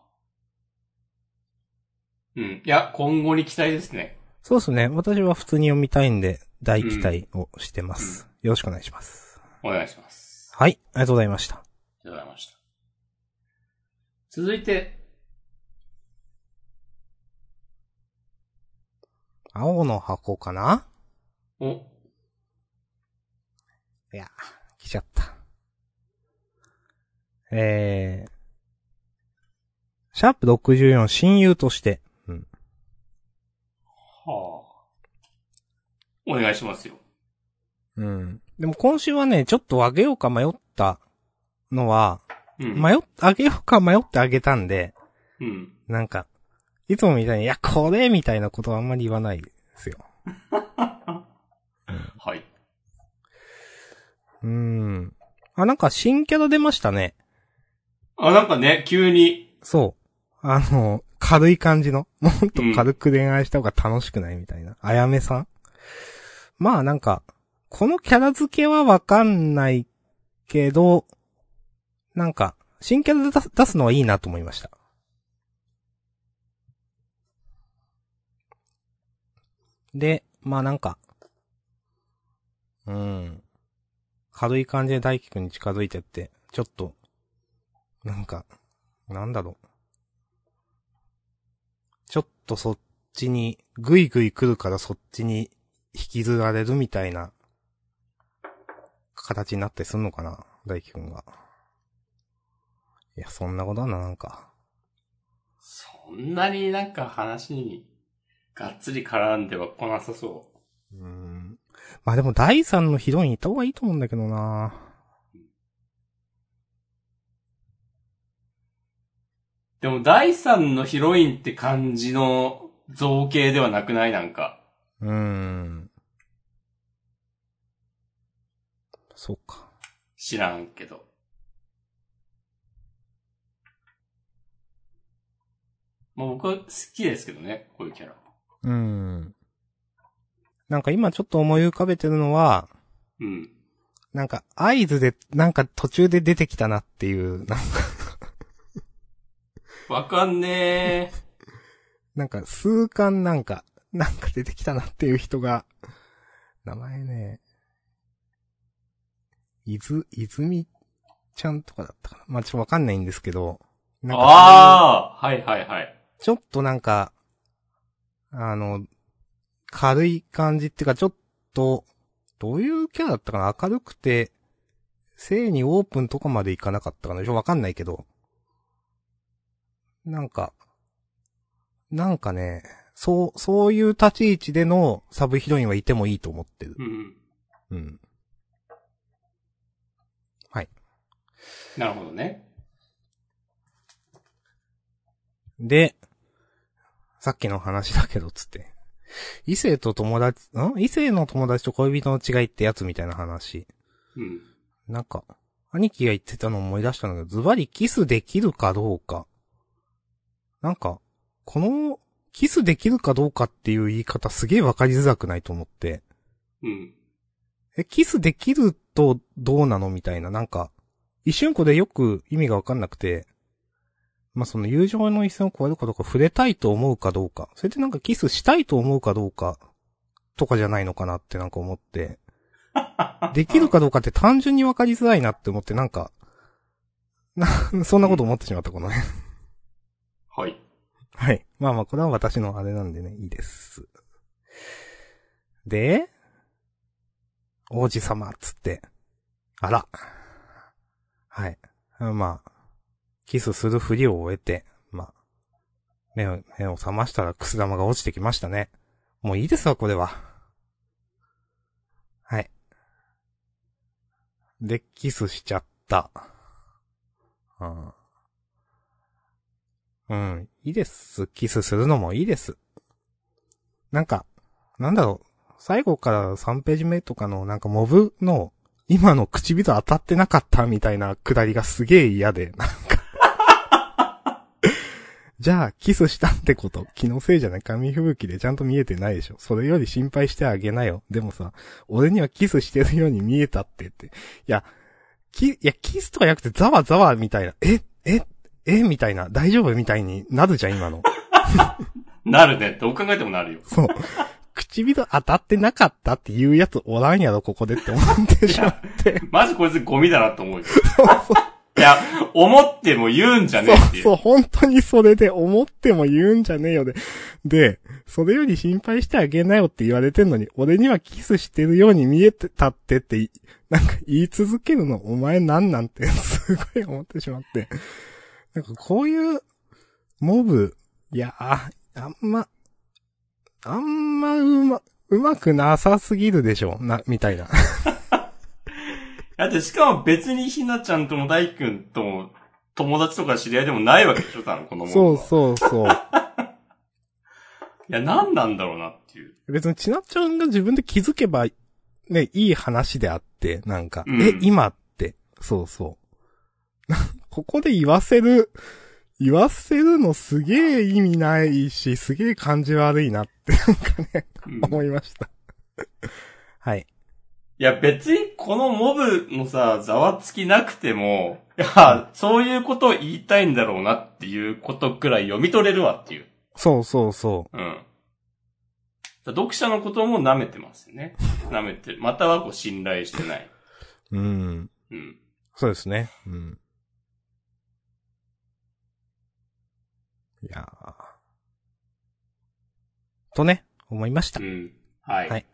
うん。いや、今後に期待ですね。
そうですね。私は普通に読みたいんで、大期待をしてます。よろしくお願いします。
お願いします。
はい、ありがとうございました。
ありがとうございました。続いて、
青の箱かな
お、
いや、来ちゃった。えー、シャープ64親友として、うん。
はあ。お願いしますよ。
うん。でも今週はね、ちょっとあげようか迷ったのは、
うん。
迷っ、あげようか迷ってあげたんで、
うん。
なんか、いつもみたいに、いや、これみたいなことはあんまり言わないですよ。
はい。
うーん。あ、なんか新キャラ出ましたね。
あ、なんかね、急に、
そう。あの、軽い感じの。もっと
うん
軽く恋愛した方が楽しくないみたいな。あやめさんまあなんか、このキャラ付けはわかんないけど、なんか、新キャラ出す出すのはいいなと思いました。で、まあなんか、うん。軽い感じで大輝くんに近づいてって、ちょっと、なんか、なんだろう。ちょっとそっちに、ぐいぐい来るからそっちに引きずられるみたいな、形になったりすんのかな大輝くんが。いや、そんなことはな、なんか。
そんなになんか話に、がっつり絡んでは来なさそう
ーん。まあでも第三のヒロインいた方がいいと思うんだけどな
う。でも、第三のヒロインって感じの造形ではなくないなんか。
うーん。そうか。
知らんけど。まあ僕は好きですけどね、こういうキャラ。
うん。なんか今ちょっと思い浮かべてるのは、
うん。
なんか合図で、なんか途中で出てきたなっていう、 なんか、
わかんね
なんか数巻なんか、なんか出てきたなっていう人が、名前ね、いず、いずみちゃんとかだったかな。まあちょっとわかんないんですけど、
ー。
なんか
ああーはいはいはい。
ちょっとなんか、あの、軽い感じっていうか、ちょっと、どういうキャラだったかな明るくて、性にオープンとかまでいかなかったかなちょっとわかんないけど。なんか、なんかね、そう、そういう立ち位置でのサブヒロインはいてもいいと思ってる
う。んうん。
うん。
なるほどね。
で、さっきの話だけど、つって。異性と友達、ん異性の友達と恋人の違いってやつみたいな話。
うん。
なんか、兄貴が言ってたのを思い出したんだけど、ズバリキスできるかどうか。なんか、この、キスできるかどうかっていう言い方すげえわかりづらくないと思って。
うん。
え、キスできるとどうなのみたいな、なんか、一瞬これよく意味がわかんなくて、まあ、その友情の一線を越えるかどうか、触れたいと思うかどうか、それでなんかキスしたいと思うかどうか、とかじゃないのかなってなんか思って、 できるかどうかって単純にわかりづらいなって思って、なんか、な、そんなこと思ってしまった、このね。
はい。
はい。まあまあ、これは私のあれなんでね、いいです。で、王子様、つって。あら。はい。まあ、キスするふりを終えて、まあ、目を、目を覚ましたらくす玉が落ちてきましたね。もういいですわ、これは。はい。で、キスしちゃった。うん。うん、いいです。キスするのもいいです。なんか、なんだろう、最後から3ページ目とかのなんかモブの今の唇当たってなかったみたいなくだりがすげえ嫌で、なんか じゃあ、キスしたってこと、気のせいじゃない紙吹雪でちゃんと見えてないでしょ。それより心配してあげなよ。でもさ、俺にはキスしてるように見えたってって。いや、キ、いや、キスとかじゃなくて、ざわざわみたいな、え、え、え、みたいな、大丈夫みたいになるじゃん、今の。
なるね。どう考えてもなるよ。
そう。唇当たってなかったっていうやつおらんやろ、ここでって思ってしまって。
マジこいつゴミだなと思うよ。
そうそう。
いや、思っても言うんじゃねえっていう。
そうそう、本当にそれで思っても言うんじゃねえよで。で、それより心配してあげなよって言われてんのに、俺にはキスしてるように見えてたってってい、なんか言い続けるのお前なんなんて、 すごい思ってしまって。なんかこういう、モブ、いやあ、あんま、あんまうま、うまくなさすぎるでしょ、な、みたいな。
だってしかも別にひなちゃんとも大君とも友達とか知り合いでもないわけでしょ、多分このも
そう
は。
そうそう。
いや、何なんだろうなっていう。
別にちなちゃんが自分で気づけば、ね、いい話であって、なんか、
うん
え、今って、そうそう。 ここで言わせる、言わせるのすげえ意味ないし、すげえ感じ悪いなってなんかね、
うん
思いました。 は
い
い。
や、別にこのモブのさ、ざわつきなくても、いや、そういうことを言いたいんだろうなっていうことくらい読み取れるわっていう。
そうそうそ
うん。読者のことも舐めてますよね。舐めてる。またはこう信頼してない。
う。うん。
うん。
そうですね。うん。いやーとね、思いました
う。ん。はい。
はい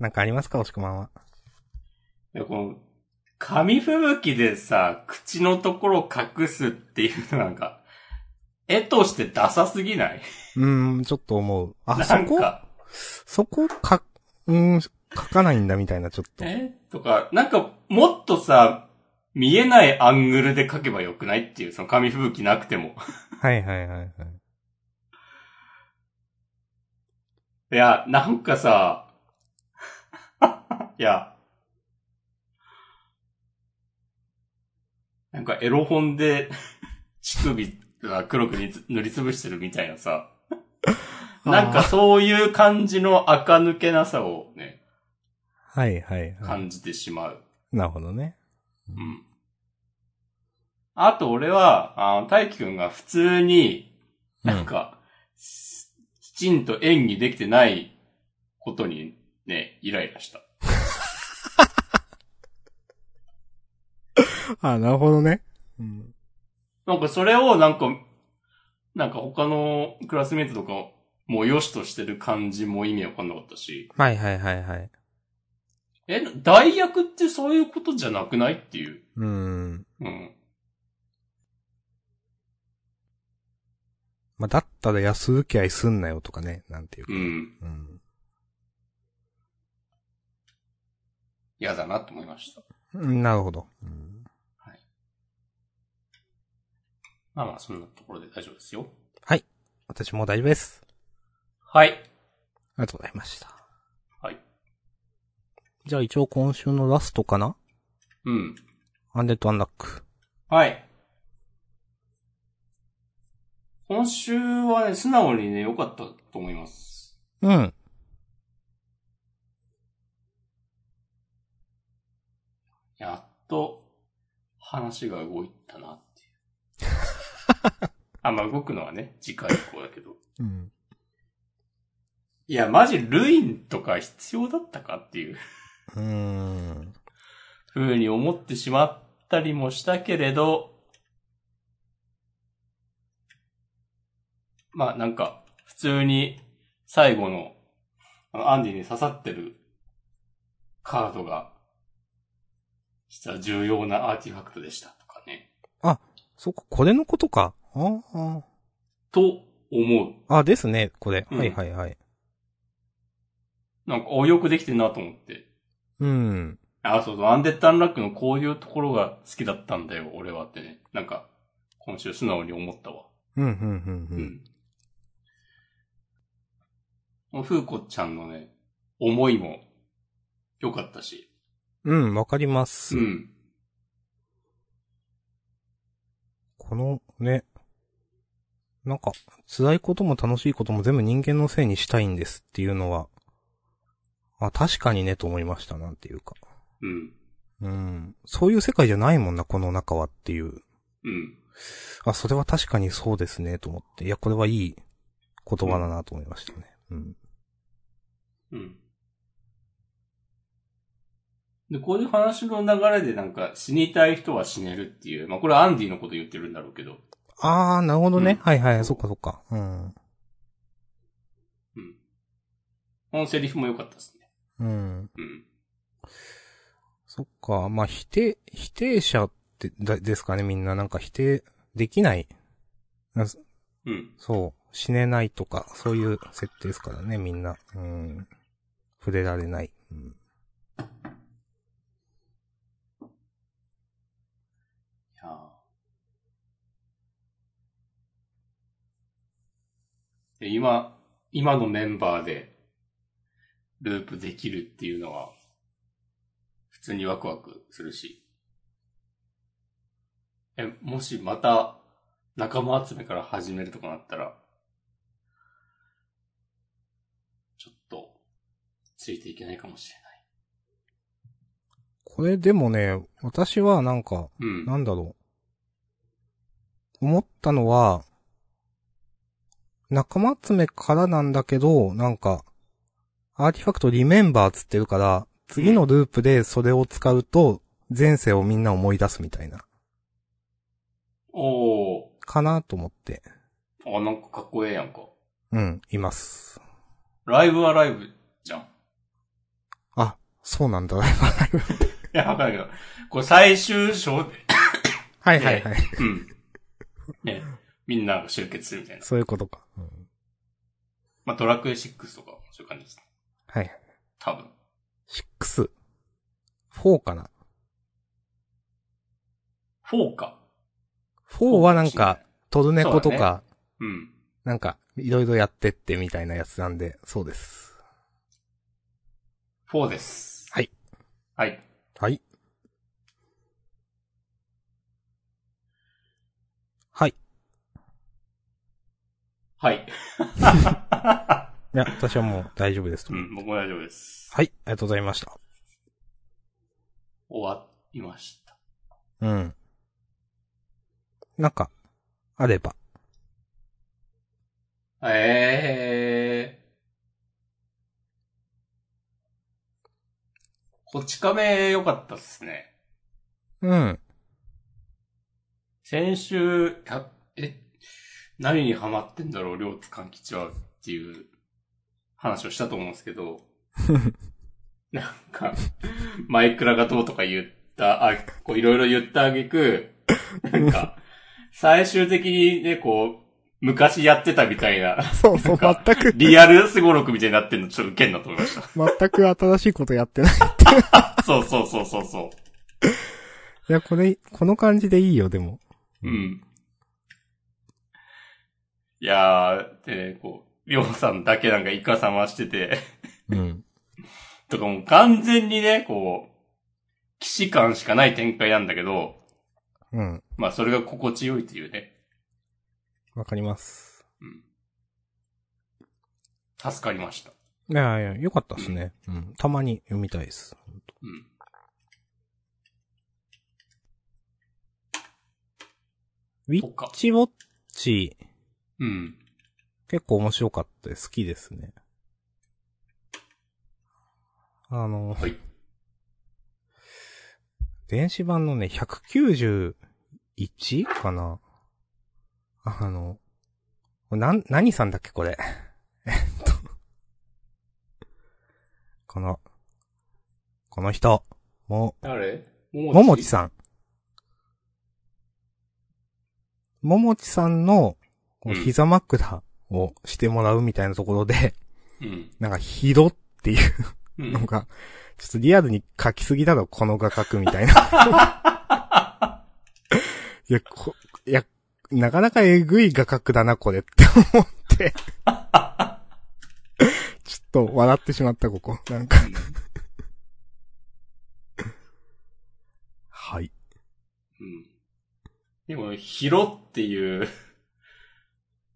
なんかありますか、おしくまんは。
いやこの、紙吹雪でさ、口のところを隠すっていうのなんか、絵としてダサすぎない
うーん、ちょっと思う。あ、そ
なん
こ
か、
そこか、うーん、書かないんだみたいな、ちょっと。
えとか、なんか、もっとさ、見えないアングルで描けばよくないっていう、その紙吹雪なくても。
はいはいはいはい。
いや、なんかさ、 いや、なんかエロ本で乳首が黒くにつ塗りつぶしてるみたいなさ、なんかそういう感じの垢抜けなさをね、
はいはいはい。
感じてしまう。
なるほどね。
うん。あと俺は、あ大輝くんが普通に、なんか、すきちんと演技できてないことにね、イライラした。
あ、なるほどね。うん。
なんかそれをなんか、なんか他のクラスメイトとかも良しとしてる感じも意味わかんなかったし、
はいはいはいはい。
え、代役ってそういうことじゃなくないっていう。
うーん。
うん。
まあ、だったら安請け合いすんなよとかね、なんていう
う
か。
ん。
うん。
嫌だなって思いました。
うん、なるほど。うん
まあまあ、そんなところで大丈夫ですよ。
私もう大丈夫です。
はい。
ありがとうございました。
はい。
じゃあ一応今週のラストかな
うん。
アンデッドアンラック。
はい。今週はね、素直にね、良かったと思います。
うん。
やっと、話が動いたなっていう。あ、まあ、動くのはね、次回以降だけど。
うん。
いや、マジ、ルインとか必要だったかっていう
うーん。
風に思ってしまったりもしたけれど、まあ、なんか、普通に、最後の、あのアンディに刺さってるカードが、実は重要なアーティファクトでしたとかね。
そっか、これのことか。ああ。
と思う。
あ、ですね、これ。
うん
はいはいはい。
なんか、お、よくできてるなと思って。
うん。
あ、そうそう、アンデッド・アンラックのこういうところが好きだったんだよ、俺はってね。なんか、今週素直に思ったわ。
うん、うん、う、
うんん。もう、ふうこちゃんのね、思いも、良かったし。
うん。うん、わかります。
うん。
この、ね、なんか、辛いことも楽しいことも全部人間のせいにしたいんですっていうのは、あ、確かにねと思いました、なんていうか。
うん。
うん。そういう世界じゃないもんな、この中はっていう。
うん。
あ、それは確かにそうですね、と思って。いや、これはいい言葉だなと思いましたね。うん。
うん。で、こういう話の流れでなんか死にたい人は死ねるっていう、まあこれはアンディのこと言ってるんだろうけど、
あー、なるほどね。
うん
はいはい、そっかそっか。うん。
うん。このセリフも良かったですね。
うん。
うん。
そっか。まあ、否定、否定者って、だ、ですかね、みんな。なんか否定できない。あそ
うん。
そう。死ねないとか、そういう設定ですからね、みんな。うん。触れられない。うん。
いやーで今、今のメンバーで、ループできるっていうのは、普通にワクワクするし。え、もしまた、仲間集めから始めるとかなったら、ちょっと、ついていけないかもし
これでもね、私はなんか、
れない。うん。
なんだろう。思ったのは、仲間集めからなんだけど、なんか、アーティファクトリメンバーつってるから、次のループでそれを使うと、前世をみんな思い出すみたいな、
おー。
かなと思って、
あ、なんかかっこええやんか。
うん、います。
ライブはライブじゃん。
あ、そうなんだ。はい
い や、わかるけど。これ最終章で、
はいはい。
うん。ね、みんなが集結するみたいな。
そういうことか。うん
まあ、ドラクエ6とか、そういう感じですね。
はい。
多分。
6。4かな。
4か。
4はなんか、、トルネコと
そうだ
か、
うん。
なんか、いろいろやってってみたいなやつなんで、そうです。
4です。
はい。
はい。
はい。はい。
はい。
いや、私はもう大丈夫ですと
う
思う。
ん、僕も大丈夫です。
はい、ありがとうございました。
終わりました。
うん。なんか、あれば。
ええこち亀良かったっすね。
うん。
先週、たえ、何にハマってんだろう、両津勘吉はっていう話をしたと思うんですけど、なんか、マイクラがどうとか言った、あ、こういろいろ言ったあげく、なんか、最終的にね、こう、昔やってたみたいな、
そう
そうなんか
く、
リアルスゴロクみたいになってんの、ちょっとウケんなと思いました。
全く新しいことやってない。
そうそうそうそうそ
いや、これ、この感じでいいよ、でも。
う。うん。いやー、でね、こう、りょうさんだけなんかイカさましてて、
うん。
とかもう完全にね、こう、騎士感しかない展開なんだけど、
うん。
まあそれが心地よいというね、
わかります。
助かりました。
いやいや、よかったっすね。うん。たまに読みたいです。
うん。
ウィ
そっか
ッチウォッチ、
うん。
結構面白かったです。好きですね。あの、
はい
電子版のね、191かなあの、なん、何さんだっけこれ。 えっと。この、この人、も
誰
う、
も
ももち
ん。
さん。ももちさんの、こう
うん
膝枕をしてもらうみたいなところで、
う ん。
なんか、ひどっていう
う
の
ん。
が、ちょっとリアルに書きすぎだろ、この画角みた いな。いや、こ、いや、なかなかえぐい画角だな、これって思 って。ちょっと笑ってしまった、ここ。なんか。はい。
うん。でも、ヒロっていう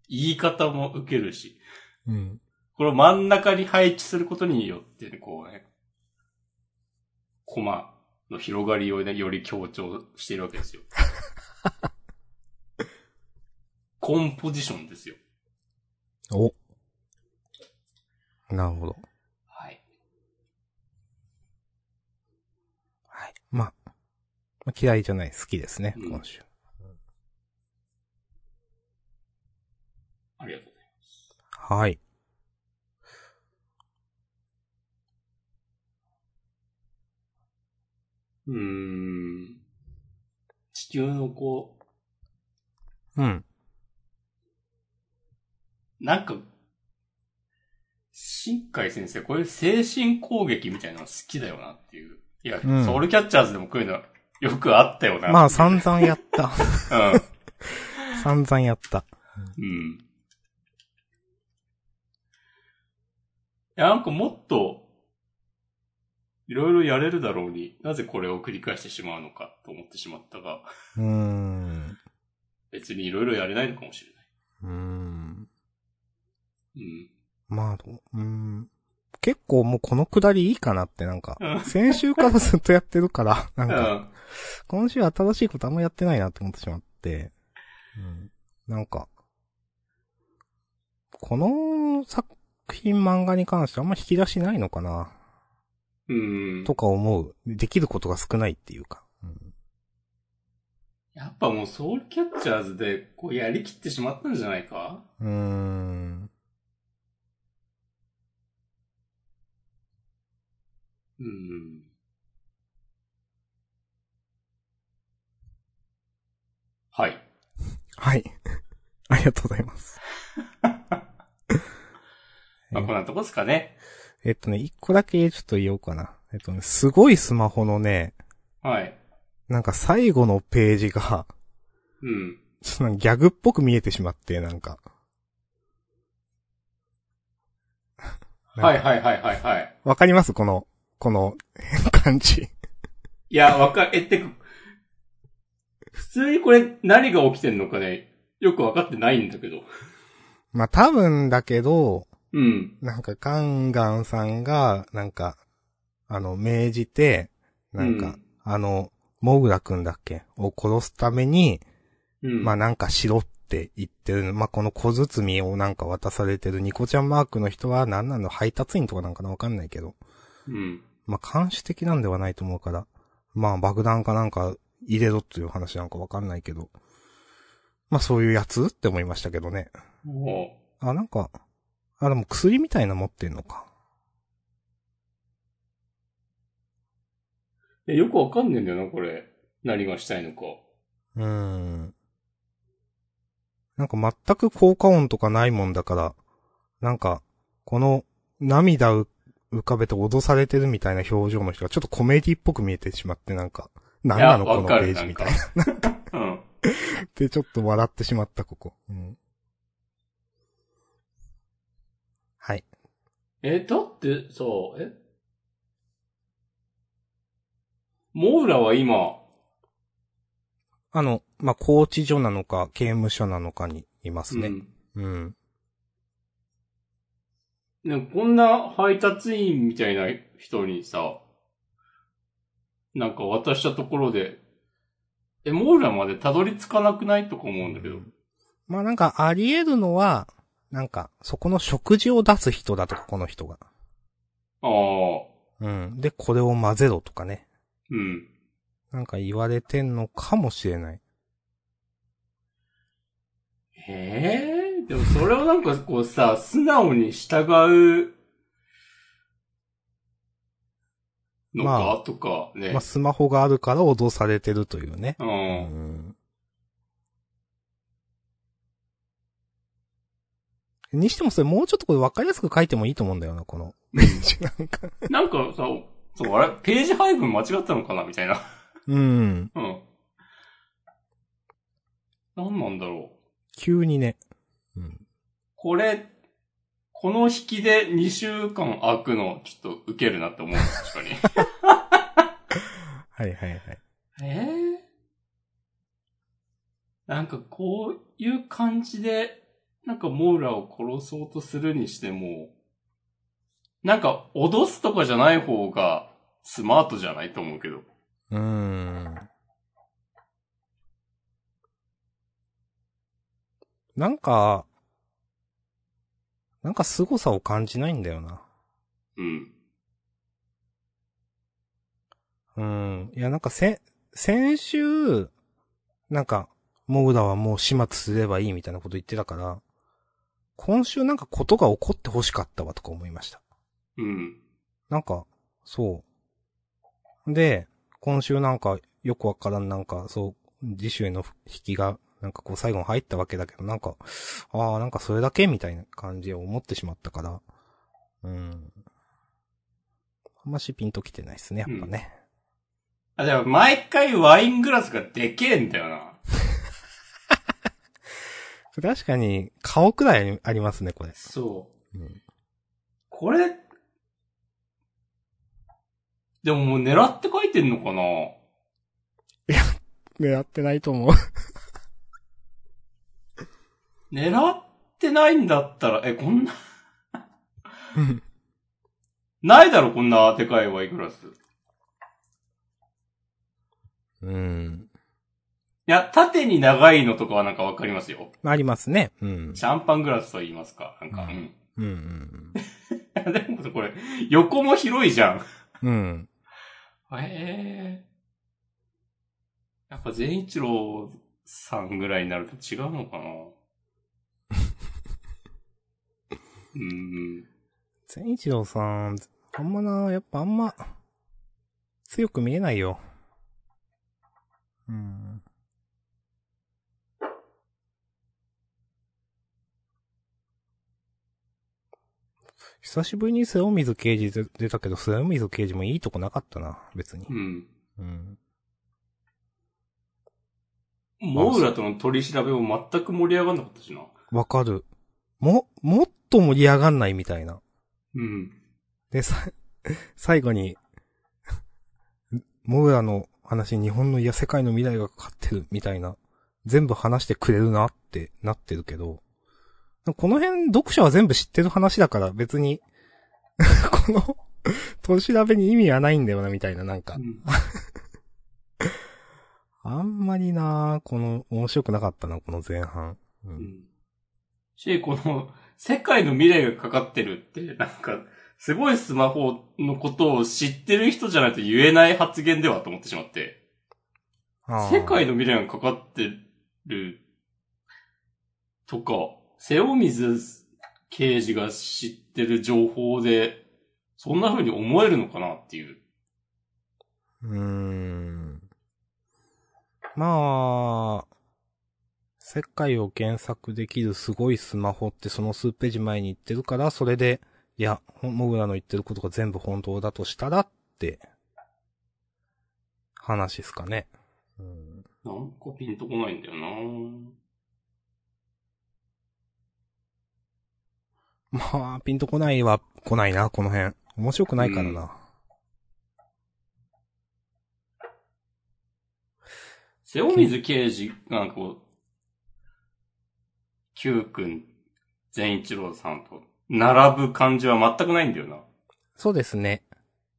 言い方も受けるし、
うん。
これを真ん中に配置することによってね、こうね、コマの広がりをね、より強調しているわけですよ。 コンポジションですよ。
お。なるほど。
はい。
はい。まあ、まあ嫌いじゃない、好きですね、
うん
今週。
ありがとうござい
はい。
ます。うーん。地球のこう、
うん。
なんか、新海先生、こういう精神攻撃みたいなの好きだよなっていう。いや、
うん
ソウルキャッチャーズでもこういうのよくあったよな。
まあ、散々やった。
うん。
散々やった。
うん。いや、なんかもっと、いろいろやれるだろうに、なぜこれを繰り返してしまうのかと思ってしまったが、
うーん。
別にいろいろやれないのかもしれない。
うーん。
うん。
まあ、どううーん。結構もうこのくだりいいかなってなんか
うん、
先週からずっとやってるから、なん
う
か、
ん。
今週新しいことあんまやってないなって思ってしまって、うん。なんか、この作品漫画に関してあんま引き出しないのかな
うん。
とか思う。できることが少ないっていうか。うん
やっぱもうソウルキャッチャーズで、こうやりきってしまったんじゃないか
うーん。
うん。はい。
はい。 ありがとうございます。
まあ、こんなとこですかね。
えっとね、一個だけちょっと言おうかな。えっとね、すごいスマホのね、
はい。
なんか最後のページが、
うん。
ちょっとなんかギャグっぽく見えてしまって、なんか。
はいはいはいはいはい。
わかりますこの、この 感じ。
いや、わか、え、ってか、普通にこれ何が起きてんのかね、よくわかってないんだけど。
まあ、多分だけど、
うん。
なんかガンガンさんが、なんか、あの、命じて、なんか、あの、モグラくんだっけを殺すために、
うん。
まあなんかしろって言ってる、まあこの小包をなんか渡されてるニコちゃんマークの人は何なの配達員とかなんかなわかんないけど、
うん。
まあ監視的なんではないと思うから、まあ爆弾かなんか入れろっていう話なんかわかんないけど、まあそういうやつって思いましたけどね。
も
あ、なんか、あ、でも薬みたいなの持ってんのか。
ういやよくわかんねえんだよな、これ。何がしたいのか。
うーん。なんか全く効果音とかないもんだから、なんか、この涙を浮かべて脅されてるみたいな表情の人がちょっとコメディっぽく見えてしまってなんか、何なの
いや
このページみたい
う
な。
ん。
で、ちょっと笑ってしまった、ここ。うん。はい。
え、だって、さ、えモーラは今、
あの、まあ、拘置所なのか、刑務所なのかにいます
う
ね。
ん
うん。
ね、こんな配達員みたいな人にさ、なんか渡したところで、え、モーラまでたどり着かなくないとか思うんだけど。
まあ、なんか、あり得るのは、なんか、そこの食事を出す人だとか、この人が。
ああ、
うん。で、これを混ぜろとかね。
うん。
なんか言われてんのかもしれない。
ええでもそれをなんかこうさ、素直に従うのか、
まあ
とかね。
まあ、スマホがあるから脅されてるというね。
う。
うんん。にしてもそれもうちょっとこれ分かりやすく書いてもいいと思うんだよな、この。なんか。
なんかさ、そう、あれ、ページ配分間違ったのかなみたいな。
うん。
うん。なんなんだろう。
急にね。うん。
これ、この引きで2週間空くの、ちょっとウケるなって思う。確かに。
はいはいはい。
ええなんかこういう感じで、なんかモーラを殺そうとするにしても、なんか脅すとかじゃない方がスマートじゃないと思うけど。
うーん。なんか、なんか凄さを感じないんだよな。
うん。
うん。いや、なんかせ、先週、なんか、モグラはもう始末すればいいみたいなこと言ってたから、今週なんかことが起こって欲しかったわとか思いました。
うん。
なんか、そう。で、今週なんか、よくわからんなんか、そう、次週への引きが、なんかこう最後に入ったわけだけど、なんか、ああ、なんかそれだけみたいな感じを思ってしまったから、うん。あんましピンときてないですね、やっぱね。
あ、でも毎回ワイングラスがでけえんだよな。
確かに、顔くらいありますね、これ。
そう。
うん
これ、でももう狙って書いてんのかな
狙ってないと思う。
狙ってないんだったら、え、こんな、ないだろ、こんなでかいワイングラス。
うん。
いや、縦に長いのとかはなんかわかりますよ。
ありますね。うん。
シャンパングラスと言いますか。なんか、
う
うん。
うんうん
でもこれ、横も広いじゃん。
うん。うん。
ええやっぱ善一郎さんぐらいになると違うのか なうん。
善一郎さん、あんまな、やっぱあんま、強く見えないよ。うん。久しぶりに瀬尾水刑事出出たけど、瀬尾水刑事もいいとこなかったな、別に
う。ん。
うん。
モウラとの取り調べも全く盛り上がんなかったしな。
わかる。も、もっと盛り上がんないみたいな。
うん。
で、さ、 最後に、 モグラの話、日本のいや世界の未来がかかってるみたいな、全部話してくれるなってなってるけど、この辺読者は全部知ってる話だから別に、 この、年調べに意味はないんだよなみたいな、なんか
う。ん
あんまりなこの、面白くなかったな、この前半。う。
うんん。し、この、世界の未来がかかってるって、なんか、すごいスマホのことを知ってる人じゃないと言えない発言ではと思ってしまって。
あー
世界の未来がかかってるとか、瀬尾水刑事が知ってる情報で、そんな風に思えるのかなっていう。
うーん。まあ、世界を検索できるすごいスマホってその数ページ前に言ってるから、それで、いや、ほモグラの言ってることが全部本当だとしたらって、話ですかね。うん。
なんかピンとこないんだよな
まあ、ピンとこないは来ないな、この辺。面白くないからな。
うん瀬尾水刑事がこう、Q 君、善一郎さんと並ぶ感じは全くないんだよな。
そうですね。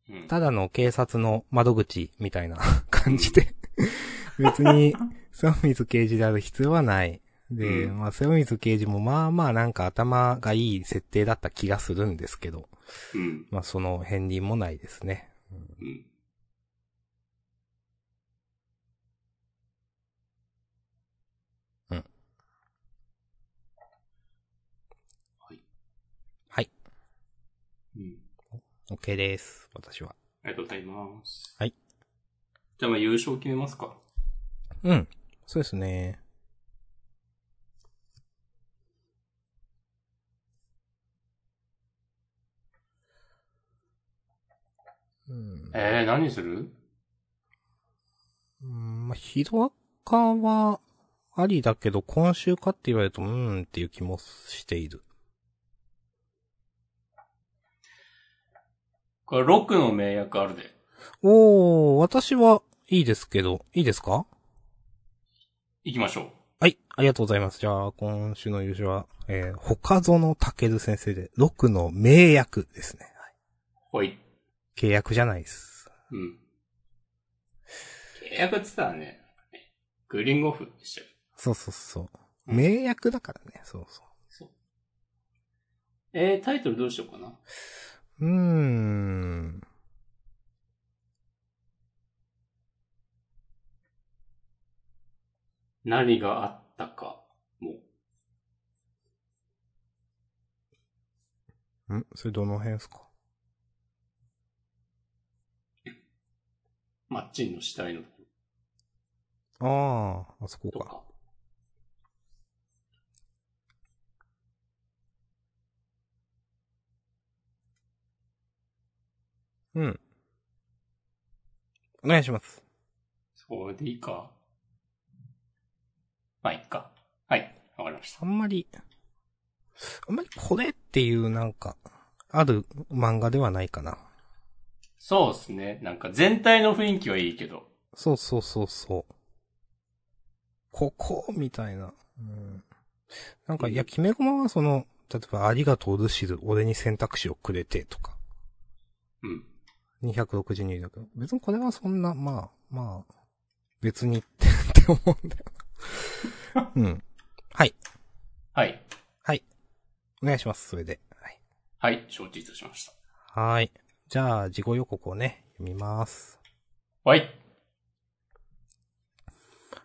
うん。
ただの警察の窓口みたいな 感じで。別 に、瀬尾水刑事である必要はない。で、
うん
まあ、瀬尾水刑事もまあまあなんか頭がいい設定だった気がするんですけど、
うん。
まあその片鱗もないですね。
うん。
うん。
はい。
はい。
うん。
OK です。私は。
ありがとうございます。
はい。
じゃあまあ優勝決めますか。
うん。そうですね。うん
えー、何する
うん、まあ、ヒロアカは、ありだけど、今週かって言われると、うーんっていう気もしている。
これ6の名役あるで。
おー、私はいいですけど、いいですか
行きましょう。
はい。ありがとうございます。じゃあ、今週の優勝は、えー、他園健先生で、六の名役ですね。はい
ほい。
契約じゃないです。
うん。契約って言ったらね、グリーンゴフでしたよ。
そうそうそう。
うん
名役だからね、そうそ
そう。えー、タイトルどうしようかな。
う。うーん。
何があったかも。
んそれどの辺ですか
マッチンの死体のとこ
ああ、あそことか。
か。
うん。お願いします。
それでいいか。まあ、いっか。はい。わかりました
あ。んまり、あんまりこれっていうなんか、ある漫画ではないかな。
そうですね。なんか全体の雰囲気はいいけど。
そうそうそうそう。ここみたいな。うん、なんか、いや、キメゴマはその、例えば、ありがとうルシル、俺に選択肢をくれてとか、
うん。
262だけど、別にこれはそんな、まあ、まあ、別にって って思うんだよな。うん。はい。
はい。
お願いします、それで。はい。
はい。承知いたしました。
はーい。じゃあ、事後予告をね、読みます。
はい。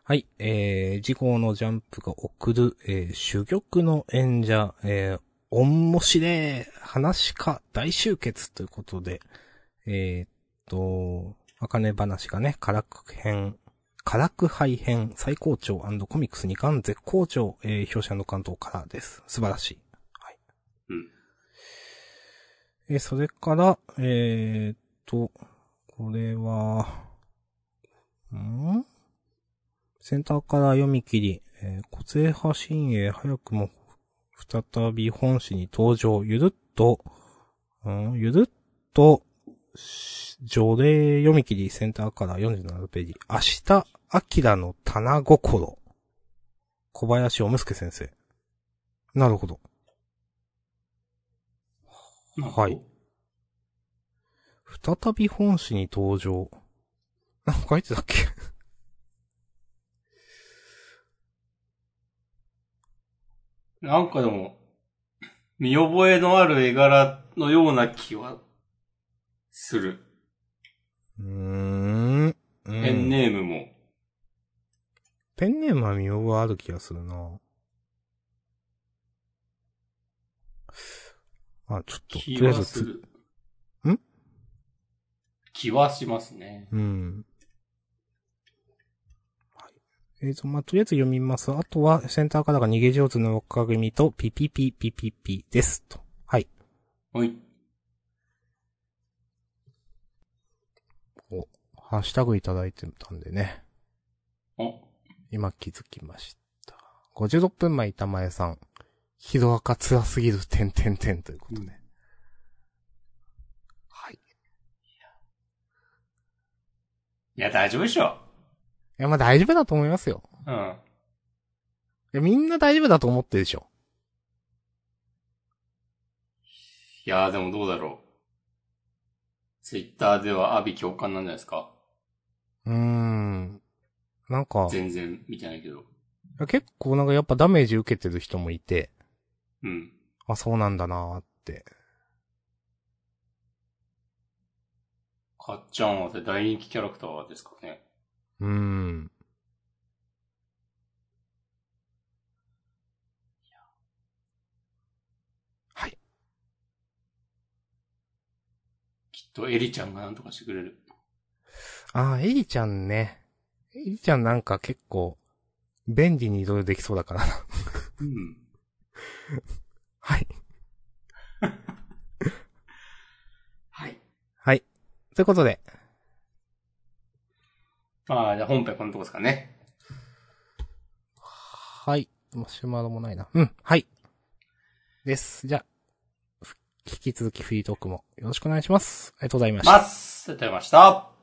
はい、えー、事故のジャンプが送る、えー、珠玉の演者、えー、面白い話か大集結ということで、えー、っと、あかね話がね、辛く編、辛く配編最高潮コミックス2巻絶好調、えー、表紙関東からです。素晴らしい。はい。
うん。
えー、それから、えー、っと、これは、んセンターから読み切り、えー、個性派新鋭早くも再び本誌に登場、ゆるっと、うん、ゆるっと、し除霊読み切りセンターから47ページ、明日、アキラの棚心、小林おむすけ先生。なるほど。はい。再び本誌に登場。なんか書いてたっけ
なんかでも、見覚えのある絵柄のような気は、する。
うーん。うん
ペンネームも。
ペンネームは見覚えある気がするなあ、ちょっと、と
気
りあ
は
えず
す
つ、
る。
ん
気はしますね。
うん。はい。えっ、と、まあ、とりあえず読みます。あとは、センターからが逃げ上手の若組と、ピピピピピピです。と。はい。
はい。
ハッシュタグいただいてたんでね。
お、
今気づきました。56分前、板前さん。ヒロアカ辛すぎる、てんてんてんということね。はい。
いや、大丈夫でしょ。
いや、まあ大丈夫だと思いますよ。
うん。
いや、みんな大丈夫だと思ってるでしょ。
いやーでもどうだろう。ツイッターでは阿ビ共感なんじゃないですか
うーん。なんか、い
全然見てないけど。
や結構なんかやっぱダメージ受けてる人もいて、
うん。
あ、そうなんだなーって。
かっちゃんは大人気キャラクターですからね。
うーん。はい。
きっとエリちゃんがなんとかしてくれる。
あー、エリちゃんね。エリちゃんなんか結構、便利にいろいろできそうだから。
うん。
はい。
はい。
はい。ということで、
まあ、じゃあ本編このとこですかね。
はい。マシュマロもないな。うん。はい。です。じゃあ、ふ引き続きフリートークもよろしくお願いします。ありがとうございました。
ますありがとうございました。